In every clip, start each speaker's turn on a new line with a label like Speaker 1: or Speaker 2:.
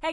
Speaker 1: Hey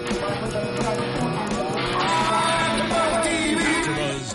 Speaker 2: AfterBuzz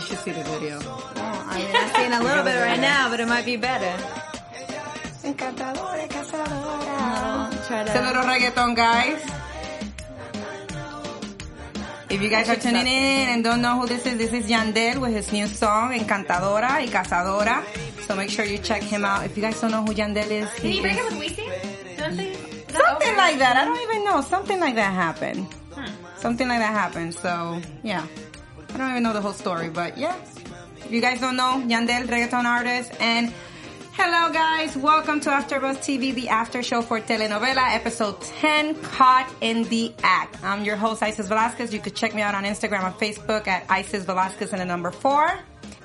Speaker 3: should see the video.
Speaker 4: Well, Oh, I mean, I'm seeing a little bit right now, but it might be better.
Speaker 5: Encantadora, cazadora.
Speaker 4: I'll try
Speaker 3: It's a
Speaker 4: to.
Speaker 3: little reggaeton, guys. If you guys are tuning in and don't know who this is, this is Yandel with his new song, Encantadora y Cazadora. So make sure you check him out. If you guys don't know who Yandel is,
Speaker 5: Did he break up
Speaker 3: is-
Speaker 5: with Weezy? Don't they? is
Speaker 3: something
Speaker 5: that over? Hmm.
Speaker 3: like that. I don't even know. Something like that happened. Something like that happened. So yeah, I don't even know the whole story, but yeah. If you guys don't know, Yandel, reggaeton artist, and hello guys, welcome to AfterBuzz TV, the after show for telenovela, episode 10, Caught in the Act. I'm your host Isis Velasquez. You could check me out on Instagram and Facebook at Isis Velasquez and the number four.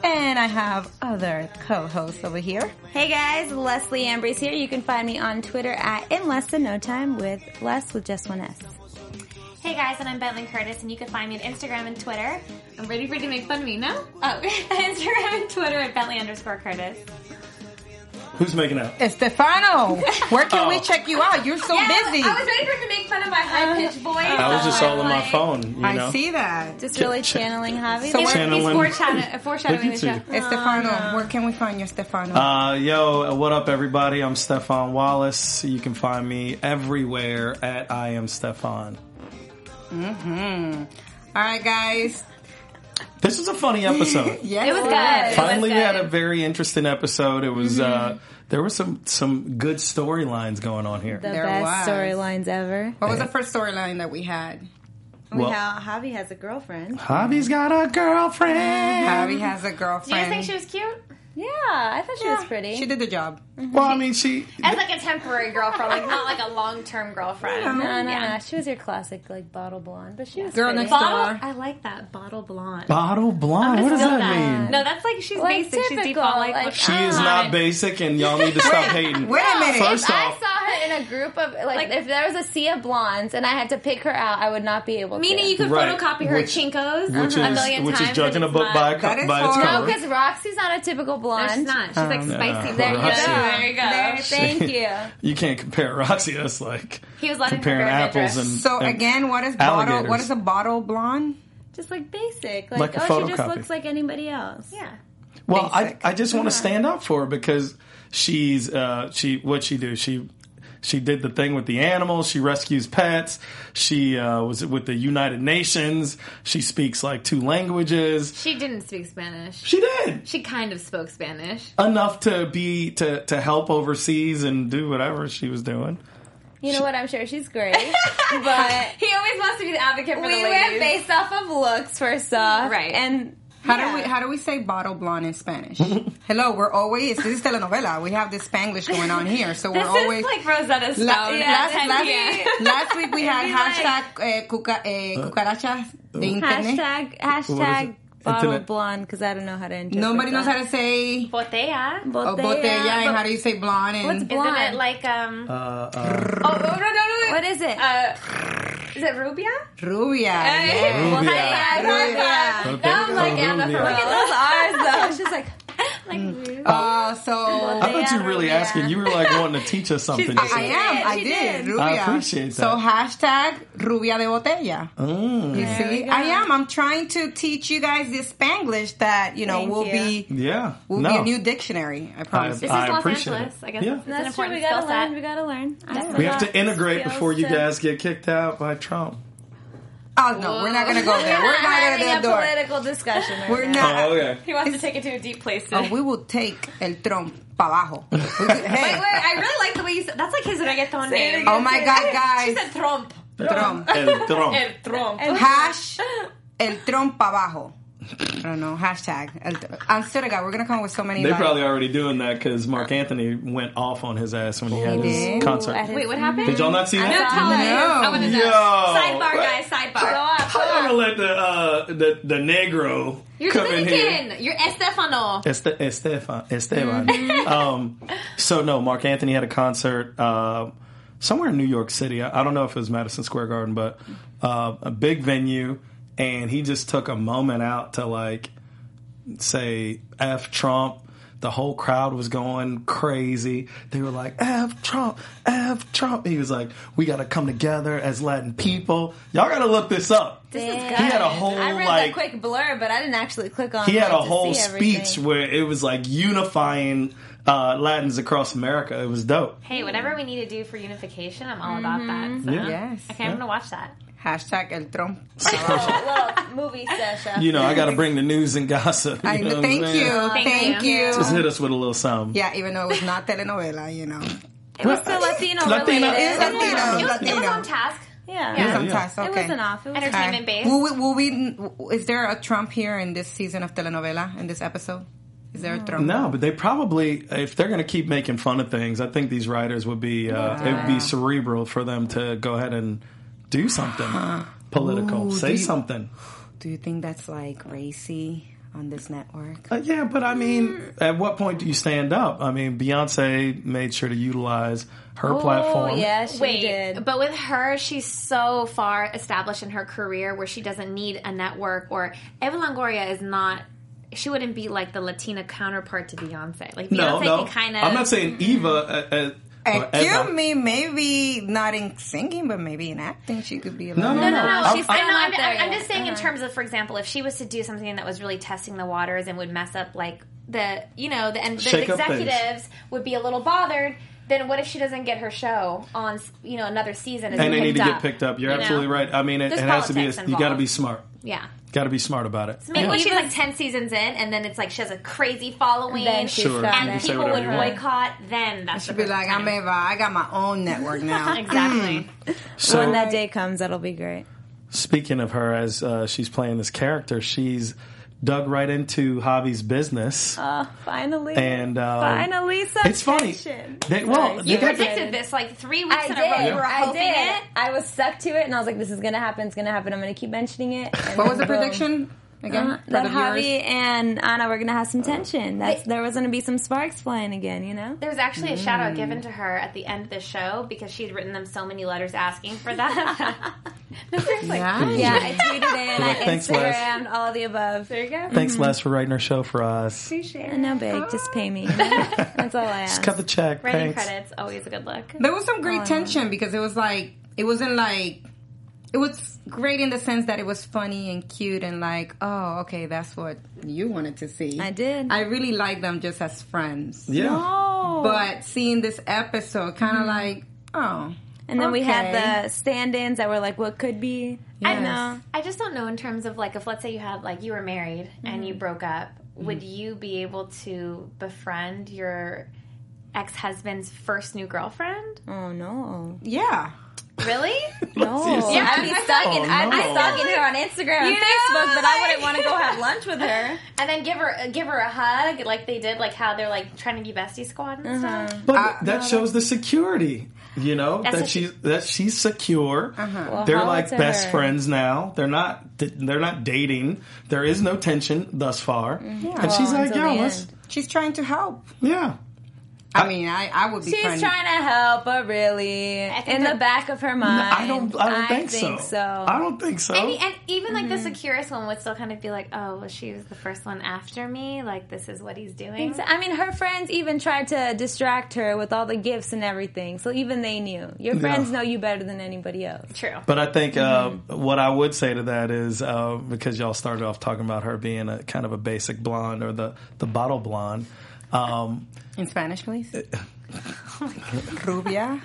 Speaker 3: And I have other co-hosts over here.
Speaker 4: Hey guys, Leslie Ambrose here. You can find me on Twitter at In Less Than No Time with Less with just one S.
Speaker 5: Hey guys, and I'm Bentley Curtis, and you can find me on Instagram and Twitter. I'm ready for you to make fun of me now. Oh, Instagram and Twitter at Bentley underscore Curtis.
Speaker 6: Who's making out?
Speaker 3: Estefano, where can we check you out? You're so busy.
Speaker 5: Oh. I was ready for him to make fun of my high pitched voice.
Speaker 6: I was just
Speaker 5: so
Speaker 6: all on my
Speaker 5: like-
Speaker 6: phone, you know.
Speaker 3: I see that.
Speaker 4: Just really
Speaker 6: check-
Speaker 4: channeling Javi.
Speaker 3: So
Speaker 4: there.
Speaker 5: He's
Speaker 3: where-
Speaker 6: Channel one.
Speaker 5: foreshadow- foreshadowing the
Speaker 6: Look at
Speaker 5: show.
Speaker 6: you.
Speaker 3: Estefano, where can we find you, Estefano?
Speaker 6: Uh, yo, what up, everybody? I'm Stefan Wallace. You can find me everywhere at I am Stefan.
Speaker 3: Mm-hmm. All right, guys.
Speaker 6: This was a funny episode.
Speaker 3: Yes.
Speaker 5: It was good.
Speaker 6: Finally, we
Speaker 5: It was
Speaker 6: had
Speaker 5: good.
Speaker 6: a very interesting episode. It was uh, there were some some good storylines going on here.
Speaker 4: the
Speaker 3: There
Speaker 4: best
Speaker 3: was.
Speaker 4: storylines ever.
Speaker 3: What was the first storyline that we had?
Speaker 6: Well,
Speaker 4: Javi has a girlfriend.
Speaker 6: Javi's got a girlfriend.
Speaker 3: Javi has a
Speaker 5: um, Do you guys
Speaker 3: girlfriend.
Speaker 5: think she was cute?
Speaker 4: Yeah, I thought she was pretty.
Speaker 3: She did the job.
Speaker 6: Well, I mean, she
Speaker 5: As like a temporary girlfriend, like not like a long term girlfriend.
Speaker 4: no, no, no. She was your classic like bottle blonde, but she was
Speaker 3: Girl
Speaker 4: pretty.
Speaker 3: next
Speaker 5: Bottle,
Speaker 3: door.
Speaker 5: I like that bottle blonde.
Speaker 6: bottle blonde. What does
Speaker 5: Still
Speaker 6: that, mean?
Speaker 5: No, that's like she's
Speaker 4: Like
Speaker 5: basic. She's deep
Speaker 4: typical,
Speaker 5: on like, uh,
Speaker 4: like,
Speaker 6: She is not basic, and y'all need to stop hating.
Speaker 3: Wait a minute.
Speaker 6: First
Speaker 4: I
Speaker 6: off,
Speaker 4: saw her in a group of like, if there was a sea of blondes and I had to pick her out, I would not be able
Speaker 5: Meaning
Speaker 4: to.
Speaker 5: you could
Speaker 6: Right.
Speaker 5: photocopy her
Speaker 6: Which-
Speaker 5: chinkos
Speaker 6: which
Speaker 5: Uh-huh. a
Speaker 6: is
Speaker 5: million
Speaker 6: which
Speaker 5: times.
Speaker 6: is judging
Speaker 5: and
Speaker 6: a
Speaker 5: it's
Speaker 6: book
Speaker 5: not-
Speaker 6: by a co-
Speaker 3: That is
Speaker 6: by its
Speaker 3: horrible.
Speaker 4: no,
Speaker 6: cover.
Speaker 4: because Roxy's not a typical
Speaker 5: No, she's
Speaker 4: blonde.
Speaker 5: not. She's like spicy.
Speaker 6: Um, yeah.
Speaker 4: There you go.
Speaker 5: There you
Speaker 6: Roxy.
Speaker 5: go.
Speaker 4: There, thank you.
Speaker 6: You can't compare Roxy. That's like
Speaker 5: He was letting her
Speaker 6: comparing
Speaker 5: wear that
Speaker 6: apples
Speaker 5: dress.
Speaker 6: and
Speaker 3: So
Speaker 6: and
Speaker 3: again, what is bottle?
Speaker 6: alligators.
Speaker 3: What is a bottle blonde?
Speaker 4: Just like basic. Like,
Speaker 6: Like a
Speaker 4: oh, she just
Speaker 6: photocopy.
Speaker 4: looks like anybody else.
Speaker 5: Yeah.
Speaker 6: Well, I,
Speaker 3: Basic.
Speaker 6: I just
Speaker 5: Uh-huh.
Speaker 6: want to stand up for her because she's uh, she what she do she she did the thing with the animals. She rescues pets. She uh, was with the United Nations. She speaks like two languages.
Speaker 5: She didn't speak Spanish.
Speaker 6: She did
Speaker 5: She kind of spoke Spanish.
Speaker 6: enough to be to to help overseas and do whatever she was doing.
Speaker 4: You know what? I'm sure she's great, but
Speaker 5: He always wants to be the advocate for
Speaker 4: we were
Speaker 5: the ladies.
Speaker 4: based off of looks first off,
Speaker 5: Right.
Speaker 4: And
Speaker 3: How
Speaker 4: Yeah.
Speaker 3: do we how do we say bottle blonde in Spanish? Hello, we're always this is telenovela. We have this Spanglish going on here, so we're
Speaker 5: this
Speaker 3: always
Speaker 5: is like Rosetta Stone.
Speaker 3: La-
Speaker 5: at
Speaker 3: last,
Speaker 5: 10
Speaker 3: last,
Speaker 5: p.m.
Speaker 3: last week we had
Speaker 4: like-
Speaker 3: hashtag eh, cuca,
Speaker 6: Uh,
Speaker 3: eh, cucarachas de internet.
Speaker 4: hashtag
Speaker 6: What is
Speaker 4: hashtag
Speaker 6: it?
Speaker 4: bottle
Speaker 6: Internet.
Speaker 4: blonde because I don't know how to interpret.
Speaker 3: Nobody knows how
Speaker 4: that.
Speaker 3: to say
Speaker 5: Botella.
Speaker 3: oh,
Speaker 4: Botella,
Speaker 3: botella and
Speaker 4: but
Speaker 3: how do you say blonde and
Speaker 4: What's
Speaker 5: Isn't
Speaker 4: blonde?
Speaker 5: it like um?
Speaker 6: Uh, uh,
Speaker 5: oh, oh, no, no, no.
Speaker 4: what is it?
Speaker 5: Uh, is it Rubia?
Speaker 3: rubia.
Speaker 5: Hey.
Speaker 3: yeah.
Speaker 4: Well,
Speaker 6: Rubia.
Speaker 4: high five, high
Speaker 3: Rubia.
Speaker 4: five.
Speaker 6: Okay.
Speaker 4: That was like
Speaker 6: Oh,
Speaker 4: Anna
Speaker 6: Rubia.
Speaker 4: Look at those eyes though. She's like,
Speaker 5: Like
Speaker 3: Uh, so
Speaker 6: I thought you were
Speaker 4: Yeah,
Speaker 6: really
Speaker 4: yeah.
Speaker 6: asking. You were like wanting to teach us something.
Speaker 3: I,
Speaker 6: You said.
Speaker 3: I am. I
Speaker 4: She
Speaker 3: did.
Speaker 4: did.
Speaker 3: Rubia.
Speaker 6: I appreciate
Speaker 3: So
Speaker 6: that. Oh.
Speaker 3: hashtag rubia de botella.
Speaker 6: Mm.
Speaker 3: You see, I am. I'm trying to teach you guys this Spanglish that you know
Speaker 4: Thank
Speaker 3: will
Speaker 4: you.
Speaker 3: be
Speaker 6: yeah.
Speaker 3: will
Speaker 6: no.
Speaker 3: be a new dictionary. I promise.
Speaker 6: I-
Speaker 3: you.
Speaker 5: This is Los
Speaker 6: appreciate
Speaker 5: Angeles.
Speaker 6: it.
Speaker 5: I guess
Speaker 6: Yeah.
Speaker 5: it's an
Speaker 4: that's true.
Speaker 5: important
Speaker 4: We gotta
Speaker 5: skill set.
Speaker 4: learn. We gotta learn.
Speaker 6: We have to integrate before you
Speaker 4: guys.
Speaker 6: guys get kicked out by Trump.
Speaker 3: Oh no, we're not gonna go there. We're not gonna
Speaker 4: having
Speaker 3: do
Speaker 4: a
Speaker 3: the door.
Speaker 4: political discussion. Right
Speaker 3: We're
Speaker 4: now.
Speaker 3: not.
Speaker 6: okay.
Speaker 5: He wants to take it to a deep place.
Speaker 3: Oh, we will take el Trump para abajo. We could-
Speaker 5: Wait,
Speaker 3: hey,
Speaker 5: I really like the way you said. That's like his reggaeton name.
Speaker 3: oh my God,
Speaker 5: She
Speaker 3: guys!
Speaker 5: said Trump.
Speaker 3: Trump.
Speaker 6: El Trump.
Speaker 5: El Trump.
Speaker 3: Hash el Trump para abajo. I don't know. Hashtag. El, Tr- I'm sure to God, we're gonna come with so many.
Speaker 6: They
Speaker 3: like-
Speaker 6: probably already doing that because Mark Anthony went off on his ass when he had
Speaker 3: did?
Speaker 6: his
Speaker 4: At
Speaker 6: concert.
Speaker 4: his-
Speaker 5: Wait, what happened?
Speaker 6: Did y'all not see
Speaker 5: No
Speaker 6: that?
Speaker 5: telling.
Speaker 3: No.
Speaker 5: I wouldn't know.
Speaker 6: Yo.
Speaker 5: Sidebar, guys. Sidebar.
Speaker 6: How y'all gonna let the uh, the the negro
Speaker 5: You're
Speaker 6: come in here?
Speaker 5: Dominican. You're Estefano.
Speaker 6: Este- Estefan, Esteban.
Speaker 4: Mm-hmm.
Speaker 6: um, so no, Mark Anthony had a concert uh, somewhere in New York City. I, I don't know if it was Madison Square Garden, but uh, a big venue, and he just took a moment out to like say F Trump. The whole crowd was going crazy. They were like, F Trump, F Trump. He was like, we got to come together as Latin people. Y'all got to look this up.
Speaker 4: This is
Speaker 6: He had a
Speaker 4: good.
Speaker 6: whole,
Speaker 4: I read
Speaker 6: like-
Speaker 4: the quick blur, but I didn't actually click on.
Speaker 6: he had
Speaker 4: it
Speaker 6: a
Speaker 4: to
Speaker 6: whole
Speaker 4: see
Speaker 6: speech
Speaker 4: everything.
Speaker 6: where it was like unifying uh, Latins across America. It was dope.
Speaker 5: Hey, whatever we need to do for unification, I'm all about that. So.
Speaker 6: Yeah.
Speaker 3: Yes.
Speaker 5: Okay, I'm gonna watch that.
Speaker 3: Hashtag el Trump.
Speaker 4: Little Oh, movie session.
Speaker 6: You know, I got to bring the news and gossip. You
Speaker 3: I,
Speaker 6: know what I'm
Speaker 3: thank,
Speaker 6: saying?
Speaker 3: you,
Speaker 5: Thank
Speaker 3: thank,
Speaker 5: you.
Speaker 3: you.
Speaker 6: Just hit us with a little something.
Speaker 3: Yeah, even though it was not telenovela, you know.
Speaker 4: It was still Latino
Speaker 6: Latina.
Speaker 4: related.
Speaker 6: It is
Speaker 4: Wasn't it?
Speaker 3: Latino.
Speaker 5: It was, it was
Speaker 3: Latino.
Speaker 5: on task.
Speaker 4: Yeah.
Speaker 6: Yeah,
Speaker 3: Sometimes,
Speaker 4: It
Speaker 3: okay.
Speaker 4: wasn't off. It was
Speaker 3: All right.
Speaker 5: Entertainment based.
Speaker 3: Will we, will we, is there a Trump here in this season of telenovela, in this episode? Is there a Trump?
Speaker 6: No, but they probably, if they're going to keep making fun of things, I think these writers would be, uh, it would be cerebral for them to go ahead and do something political. Say something.
Speaker 3: Do you think that's like racy on this network?
Speaker 6: Uh, yeah, but I mean, at what point do you stand up? I mean, Beyonce made sure to utilize her
Speaker 4: Oh,
Speaker 6: platform.
Speaker 4: yeah, she
Speaker 5: Wait,
Speaker 4: did.
Speaker 5: but with her, she's so far established in her career where she doesn't need a network. Or Eva Longoria is not. She wouldn't be like the Latina counterpart to Beyonce. Like Beyonce
Speaker 6: No, no.
Speaker 5: can Mm-hmm. kind of.
Speaker 6: I'm not saying Eva. Uh, uh, or
Speaker 3: Excuse
Speaker 6: Eva.
Speaker 3: me, maybe not in singing, but maybe in acting, she could be. Like,
Speaker 6: No, no,
Speaker 5: No, no, no.
Speaker 6: I'm-
Speaker 5: She's
Speaker 6: I'm-
Speaker 5: still
Speaker 4: not
Speaker 5: not
Speaker 4: there
Speaker 5: I'm, I'm
Speaker 4: yet. Uh-huh.
Speaker 5: just saying, in terms of, for example, if she was to do something that was really testing the waters and would mess up, like the you know, the, and the
Speaker 6: Shake up things.
Speaker 5: executives would be a little bothered. Then what if she doesn't get her show on you know another season?
Speaker 6: and they need to get picked up. You're
Speaker 5: you know?
Speaker 6: absolutely right. I mean, it, it
Speaker 5: There's
Speaker 6: has to be. A,
Speaker 5: politics
Speaker 6: you got to
Speaker 5: involved.
Speaker 6: be smart.
Speaker 5: Yeah.
Speaker 6: Got to be smart about it.
Speaker 5: Maybe
Speaker 6: Yeah.
Speaker 5: when she's like ten seasons in, and then it's like she has a crazy following,
Speaker 4: Then she's
Speaker 6: Sure.
Speaker 4: got
Speaker 6: You
Speaker 5: and
Speaker 6: can
Speaker 4: it.
Speaker 6: say
Speaker 5: people
Speaker 6: whatever
Speaker 5: would
Speaker 6: you want.
Speaker 5: boycott. Then that's
Speaker 3: she'd
Speaker 5: the
Speaker 3: be like,
Speaker 5: perfect
Speaker 3: I'm
Speaker 5: time.
Speaker 3: Eva. I got my own network now.
Speaker 5: exactly.
Speaker 6: So
Speaker 4: When that day comes, that'll be great.
Speaker 6: speaking of her, as uh, she's playing this character, she's dug right into Javi's business.
Speaker 4: Uh, finally.
Speaker 6: and uh,
Speaker 4: finally, some
Speaker 6: it's funny.
Speaker 4: tension.
Speaker 6: They, well,
Speaker 4: Nice.
Speaker 6: they
Speaker 5: you
Speaker 6: got-
Speaker 5: predicted this like three weeks
Speaker 4: I
Speaker 5: in
Speaker 4: did.
Speaker 5: a row. You were
Speaker 4: I
Speaker 5: hoping
Speaker 4: did.
Speaker 5: it.
Speaker 4: I was stuck to it, and I was like, "This is gonna happen. It's gonna happen. I'm gonna keep mentioning it." And
Speaker 3: What was the
Speaker 4: then boom.
Speaker 3: prediction again?
Speaker 4: Uh,
Speaker 3: for
Speaker 4: that
Speaker 3: the viewers?
Speaker 4: Javi and Anna were gonna have some tension. That's there was gonna be some sparks flying again, you know.
Speaker 5: There was actually a shout out given to her at the end of the show because she had written them so many letters asking for that. no, seriously.
Speaker 3: Yeah.
Speaker 4: Yeah, I tweeted it, I
Speaker 6: Like, thanks, Les.
Speaker 4: Instagrammed, all the above.
Speaker 5: There you go.
Speaker 6: Thanks, Les, for writing her show for us.
Speaker 4: No big, just pay me. That's all I ask.
Speaker 6: Cut the check.
Speaker 5: Writing
Speaker 6: Thanks.
Speaker 5: credits, always a good look.
Speaker 3: There was some
Speaker 4: Um,
Speaker 3: great tension because it was like it wasn't like it was great in the sense that it was funny and cute and like oh okay that's what you wanted to see.
Speaker 4: I did. Oh.
Speaker 3: I really like them just as friends.
Speaker 6: Yeah.
Speaker 3: But seeing this episode, kind of
Speaker 4: Mm-hmm.
Speaker 3: like oh,
Speaker 4: and then we
Speaker 3: okay.
Speaker 4: had the stand-ins that were like, "What could be?" I
Speaker 3: Yes.
Speaker 4: know.
Speaker 5: I just don't know in terms of like if let's say you had like you were married and you
Speaker 4: Mm-hmm.
Speaker 5: broke up, would you be able to befriend your ex husband's first new girlfriend?
Speaker 4: Oh no!
Speaker 3: yeah.
Speaker 5: Really?
Speaker 4: No,
Speaker 6: Yeah,
Speaker 4: I'd be stuck in.
Speaker 6: Oh,
Speaker 4: I'd be
Speaker 6: no.
Speaker 4: stuck in her on Instagram, and
Speaker 5: Yeah,
Speaker 4: Facebook, but I
Speaker 5: like-
Speaker 4: wouldn't want to go have lunch with her.
Speaker 5: and then give her give her a hug like they did like how they're like trying to be bestie squad and
Speaker 4: Uh-huh.
Speaker 5: stuff.
Speaker 6: But that shows the security, you know,
Speaker 5: That's what
Speaker 6: that
Speaker 5: Uh-huh.
Speaker 6: she's that she's secure. They're
Speaker 4: holla
Speaker 6: like
Speaker 4: to
Speaker 6: best
Speaker 4: her.
Speaker 6: friends now. They're not they're not dating. There is no tension thus far. And she's
Speaker 4: Mm-hmm. Well,
Speaker 6: like,
Speaker 4: until
Speaker 6: "Yo,
Speaker 4: the
Speaker 6: let's
Speaker 4: end.
Speaker 3: She's trying to help.
Speaker 6: yeah."
Speaker 3: I mean, I, I would be.
Speaker 4: She's
Speaker 3: friends.
Speaker 4: trying to help, but really,
Speaker 5: think
Speaker 4: in the
Speaker 5: that-
Speaker 4: back of her mind,
Speaker 6: I don't I don't think, so. I don't think so.
Speaker 5: And, and even like the
Speaker 4: Mm-hmm.
Speaker 5: securest one would still kind of be like, oh, well, she was the first one after me. Like this is what he's doing.
Speaker 4: So, I mean, her friends even tried to distract her with all the gifts and everything. So even they knew. Your friends know you better than anybody else.
Speaker 5: True.
Speaker 6: But I think
Speaker 4: Mm-hmm.
Speaker 6: uh, what I would say to that is uh, because y'all started off talking about her being a kind of a basic blonde or the the bottle blonde. Um,
Speaker 3: in Spanish, please.
Speaker 6: Uh,
Speaker 3: Rubia.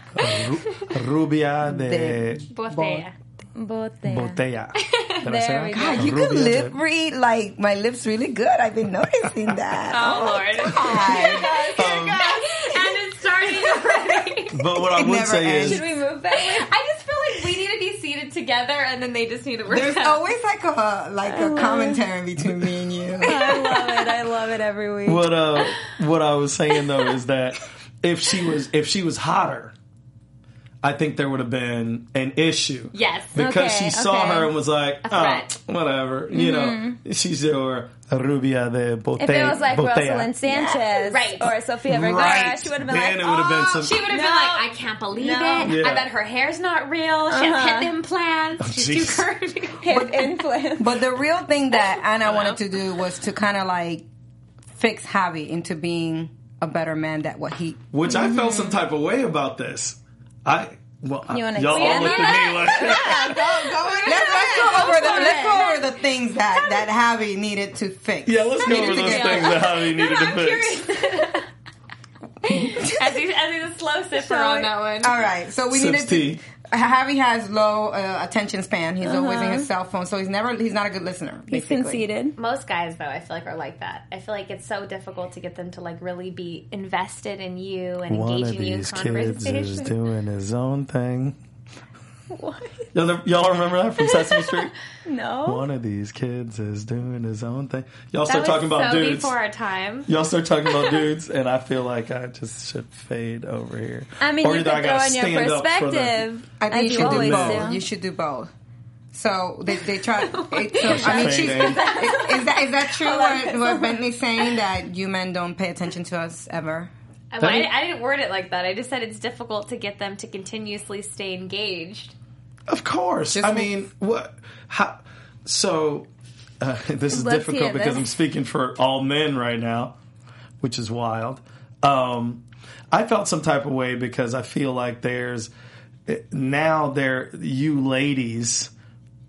Speaker 6: Rubia de
Speaker 5: Both they-
Speaker 4: Botea.
Speaker 6: Botea. Did I say
Speaker 4: There we go.
Speaker 6: that?
Speaker 3: God, you
Speaker 6: Rubia
Speaker 3: can lip
Speaker 6: de-
Speaker 3: read like my lips really good. I've been noticing that.
Speaker 5: Oh, Lord.
Speaker 3: God.
Speaker 6: Oh,
Speaker 4: Um,
Speaker 5: and it's starting already.
Speaker 6: But what I
Speaker 3: It
Speaker 6: would
Speaker 3: never
Speaker 6: say
Speaker 3: ends.
Speaker 4: Should
Speaker 6: is,
Speaker 4: we move back?
Speaker 5: I just feel like we need to be seated together, and then they just need to work.
Speaker 3: There's
Speaker 5: out.
Speaker 3: always like a like a commentary between me and you.
Speaker 4: I love it. I love it every week.
Speaker 6: what uh, what I was saying though is that if she was if she was hotter, I think there would have been an issue.
Speaker 5: Yes.
Speaker 6: because
Speaker 4: Okay,
Speaker 6: she saw
Speaker 4: okay. Mm-hmm.
Speaker 6: her and was like, oh,
Speaker 5: threat.
Speaker 6: whatever, you know. She's your rubia de bote-
Speaker 4: if it was like
Speaker 6: botea.
Speaker 4: Rosalind Sanchez
Speaker 5: Right.
Speaker 4: or Sofia Vergara,
Speaker 6: Right.
Speaker 4: she would have been
Speaker 6: Then
Speaker 4: like,
Speaker 6: it would have been
Speaker 4: "Oh,
Speaker 6: some-
Speaker 5: She would have
Speaker 4: No.
Speaker 5: been like, I can't believe
Speaker 4: No.
Speaker 5: it.
Speaker 6: Yeah.
Speaker 5: I bet her hair's not real. She
Speaker 4: Uh-huh.
Speaker 5: has hip implants. She's too curvy.
Speaker 4: hip implants.
Speaker 3: But the real thing that Anna wanted to do was to kind of like fix Javi into being a better man than what he.
Speaker 6: Which I felt some type of way about this. I well, I-
Speaker 4: Mm-hmm. You wanna
Speaker 6: y'all all
Speaker 4: expand
Speaker 6: looked at me like
Speaker 3: Let's, let's go over the let's go over the things that that Javi needed to fix.
Speaker 6: Yeah, let's go over
Speaker 3: Needed to
Speaker 6: those
Speaker 3: get-
Speaker 6: things that Javi needed to
Speaker 5: I'm
Speaker 6: fix.
Speaker 5: curious. as, he's, as he's a slow sipper on that one.
Speaker 3: All right, so we needed
Speaker 6: Sips
Speaker 3: to.
Speaker 6: tea.
Speaker 3: Javi has low uh, attention span. He's always in his
Speaker 4: Uh-huh.
Speaker 3: cell phone, so he's never he's not a good listener.
Speaker 4: He's
Speaker 3: basically.
Speaker 4: conceited.
Speaker 5: Most guys, though, I feel like are like that. I feel like it's so difficult to get them to like really be invested in you and engage in you in conversation.
Speaker 6: doing his own thing. Y'all, never- y'all remember that from Sesame Street?
Speaker 4: No.
Speaker 6: One of these kids is doing his own thing. Y'all
Speaker 5: That
Speaker 6: start
Speaker 5: was
Speaker 6: talking about
Speaker 5: so
Speaker 6: dudes.
Speaker 5: before our time.
Speaker 6: Y'all start talking about dudes, and I feel like I just should fade over here.
Speaker 4: I mean,
Speaker 6: Or
Speaker 4: you
Speaker 6: either
Speaker 4: could throw
Speaker 6: gotta
Speaker 4: in your
Speaker 6: stand up for the-
Speaker 4: perspective.
Speaker 3: I think you
Speaker 4: as
Speaker 3: should do
Speaker 4: always
Speaker 3: both.
Speaker 4: do. Oh
Speaker 3: You should do both. So they they try. It, so, I mean,
Speaker 6: Same
Speaker 3: she's, is,
Speaker 6: thing.
Speaker 3: is that is that true?
Speaker 4: like
Speaker 3: What, what Bentley's saying that you men don't pay attention to us ever.
Speaker 5: Well, I, I didn't word it like that. I just said it's difficult to get them to continuously stay engaged.
Speaker 6: Of course. I mean, what? How, so uh, this is
Speaker 4: Let's
Speaker 6: difficult
Speaker 4: hear
Speaker 6: because
Speaker 4: this.
Speaker 6: I'm speaking for all men right now, which is wild. Um, I felt some type of way because I feel like there's now there you ladies,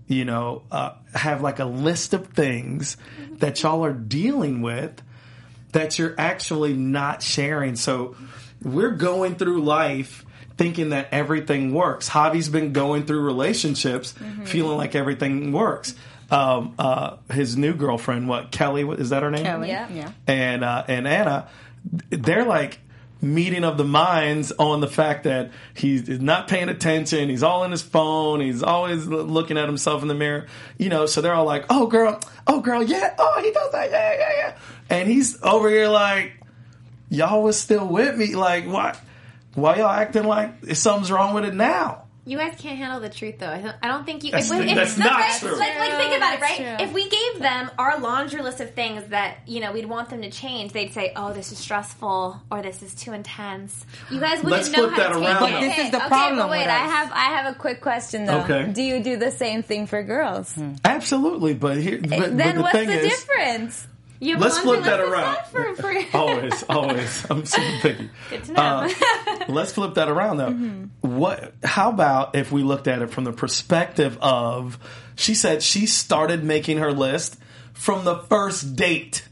Speaker 6: you know, uh, have like a list of things that y'all are dealing with that you're actually not sharing. So we're going through life thinking that everything works. Javi's been going through relationships feeling like everything works. Um, uh, his new girlfriend, what Kelly? Is that her name?
Speaker 3: Kelly?
Speaker 4: Yeah.
Speaker 3: yeah.
Speaker 6: and uh, and Anna, they're like meeting of the minds on the fact that he's not paying attention. He's all in his phone. He's always l- looking at himself in the mirror. You know, so they're all like, "Oh, girl, oh, girl, yeah, oh, he does that, yeah, yeah, yeah." And he's over here like, "Y'all was still with me, like why? Why y'all acting like something's wrong with it now?"
Speaker 5: You guys can't handle the truth, though. I don't- I don't think you.
Speaker 6: That's-
Speaker 5: if we- if-
Speaker 6: that's not
Speaker 5: right?
Speaker 6: true.
Speaker 5: Like, like, think about it,
Speaker 4: That's
Speaker 5: right?
Speaker 4: true.
Speaker 5: If we gave them our laundry list of things that you know we'd want them to change, they'd say, "Oh, this is stressful," or "This is too intense." You guys wouldn't
Speaker 6: Let's
Speaker 5: know
Speaker 6: flip
Speaker 5: how
Speaker 6: that
Speaker 5: to take
Speaker 6: around. But
Speaker 5: it.
Speaker 3: this is the
Speaker 4: okay,
Speaker 3: problem
Speaker 4: But wait,
Speaker 3: with
Speaker 4: I
Speaker 3: us.
Speaker 4: have I have a quick question though.
Speaker 6: Okay.
Speaker 4: Do you do the same thing for girls?
Speaker 5: Hmm.
Speaker 6: Absolutely, but here, but, but
Speaker 4: then
Speaker 6: the
Speaker 4: what's
Speaker 6: thing
Speaker 4: the
Speaker 6: is,
Speaker 4: difference?
Speaker 5: Your
Speaker 6: Let's
Speaker 5: laundry
Speaker 6: flip that
Speaker 5: list is
Speaker 6: around.
Speaker 5: not For, for,
Speaker 6: always, always, I'm super picky. Uh,
Speaker 5: Good to know. Mm-hmm.
Speaker 6: let's flip that around though. What? How about if we looked at it from the perspective of she said she started making her list from the first date,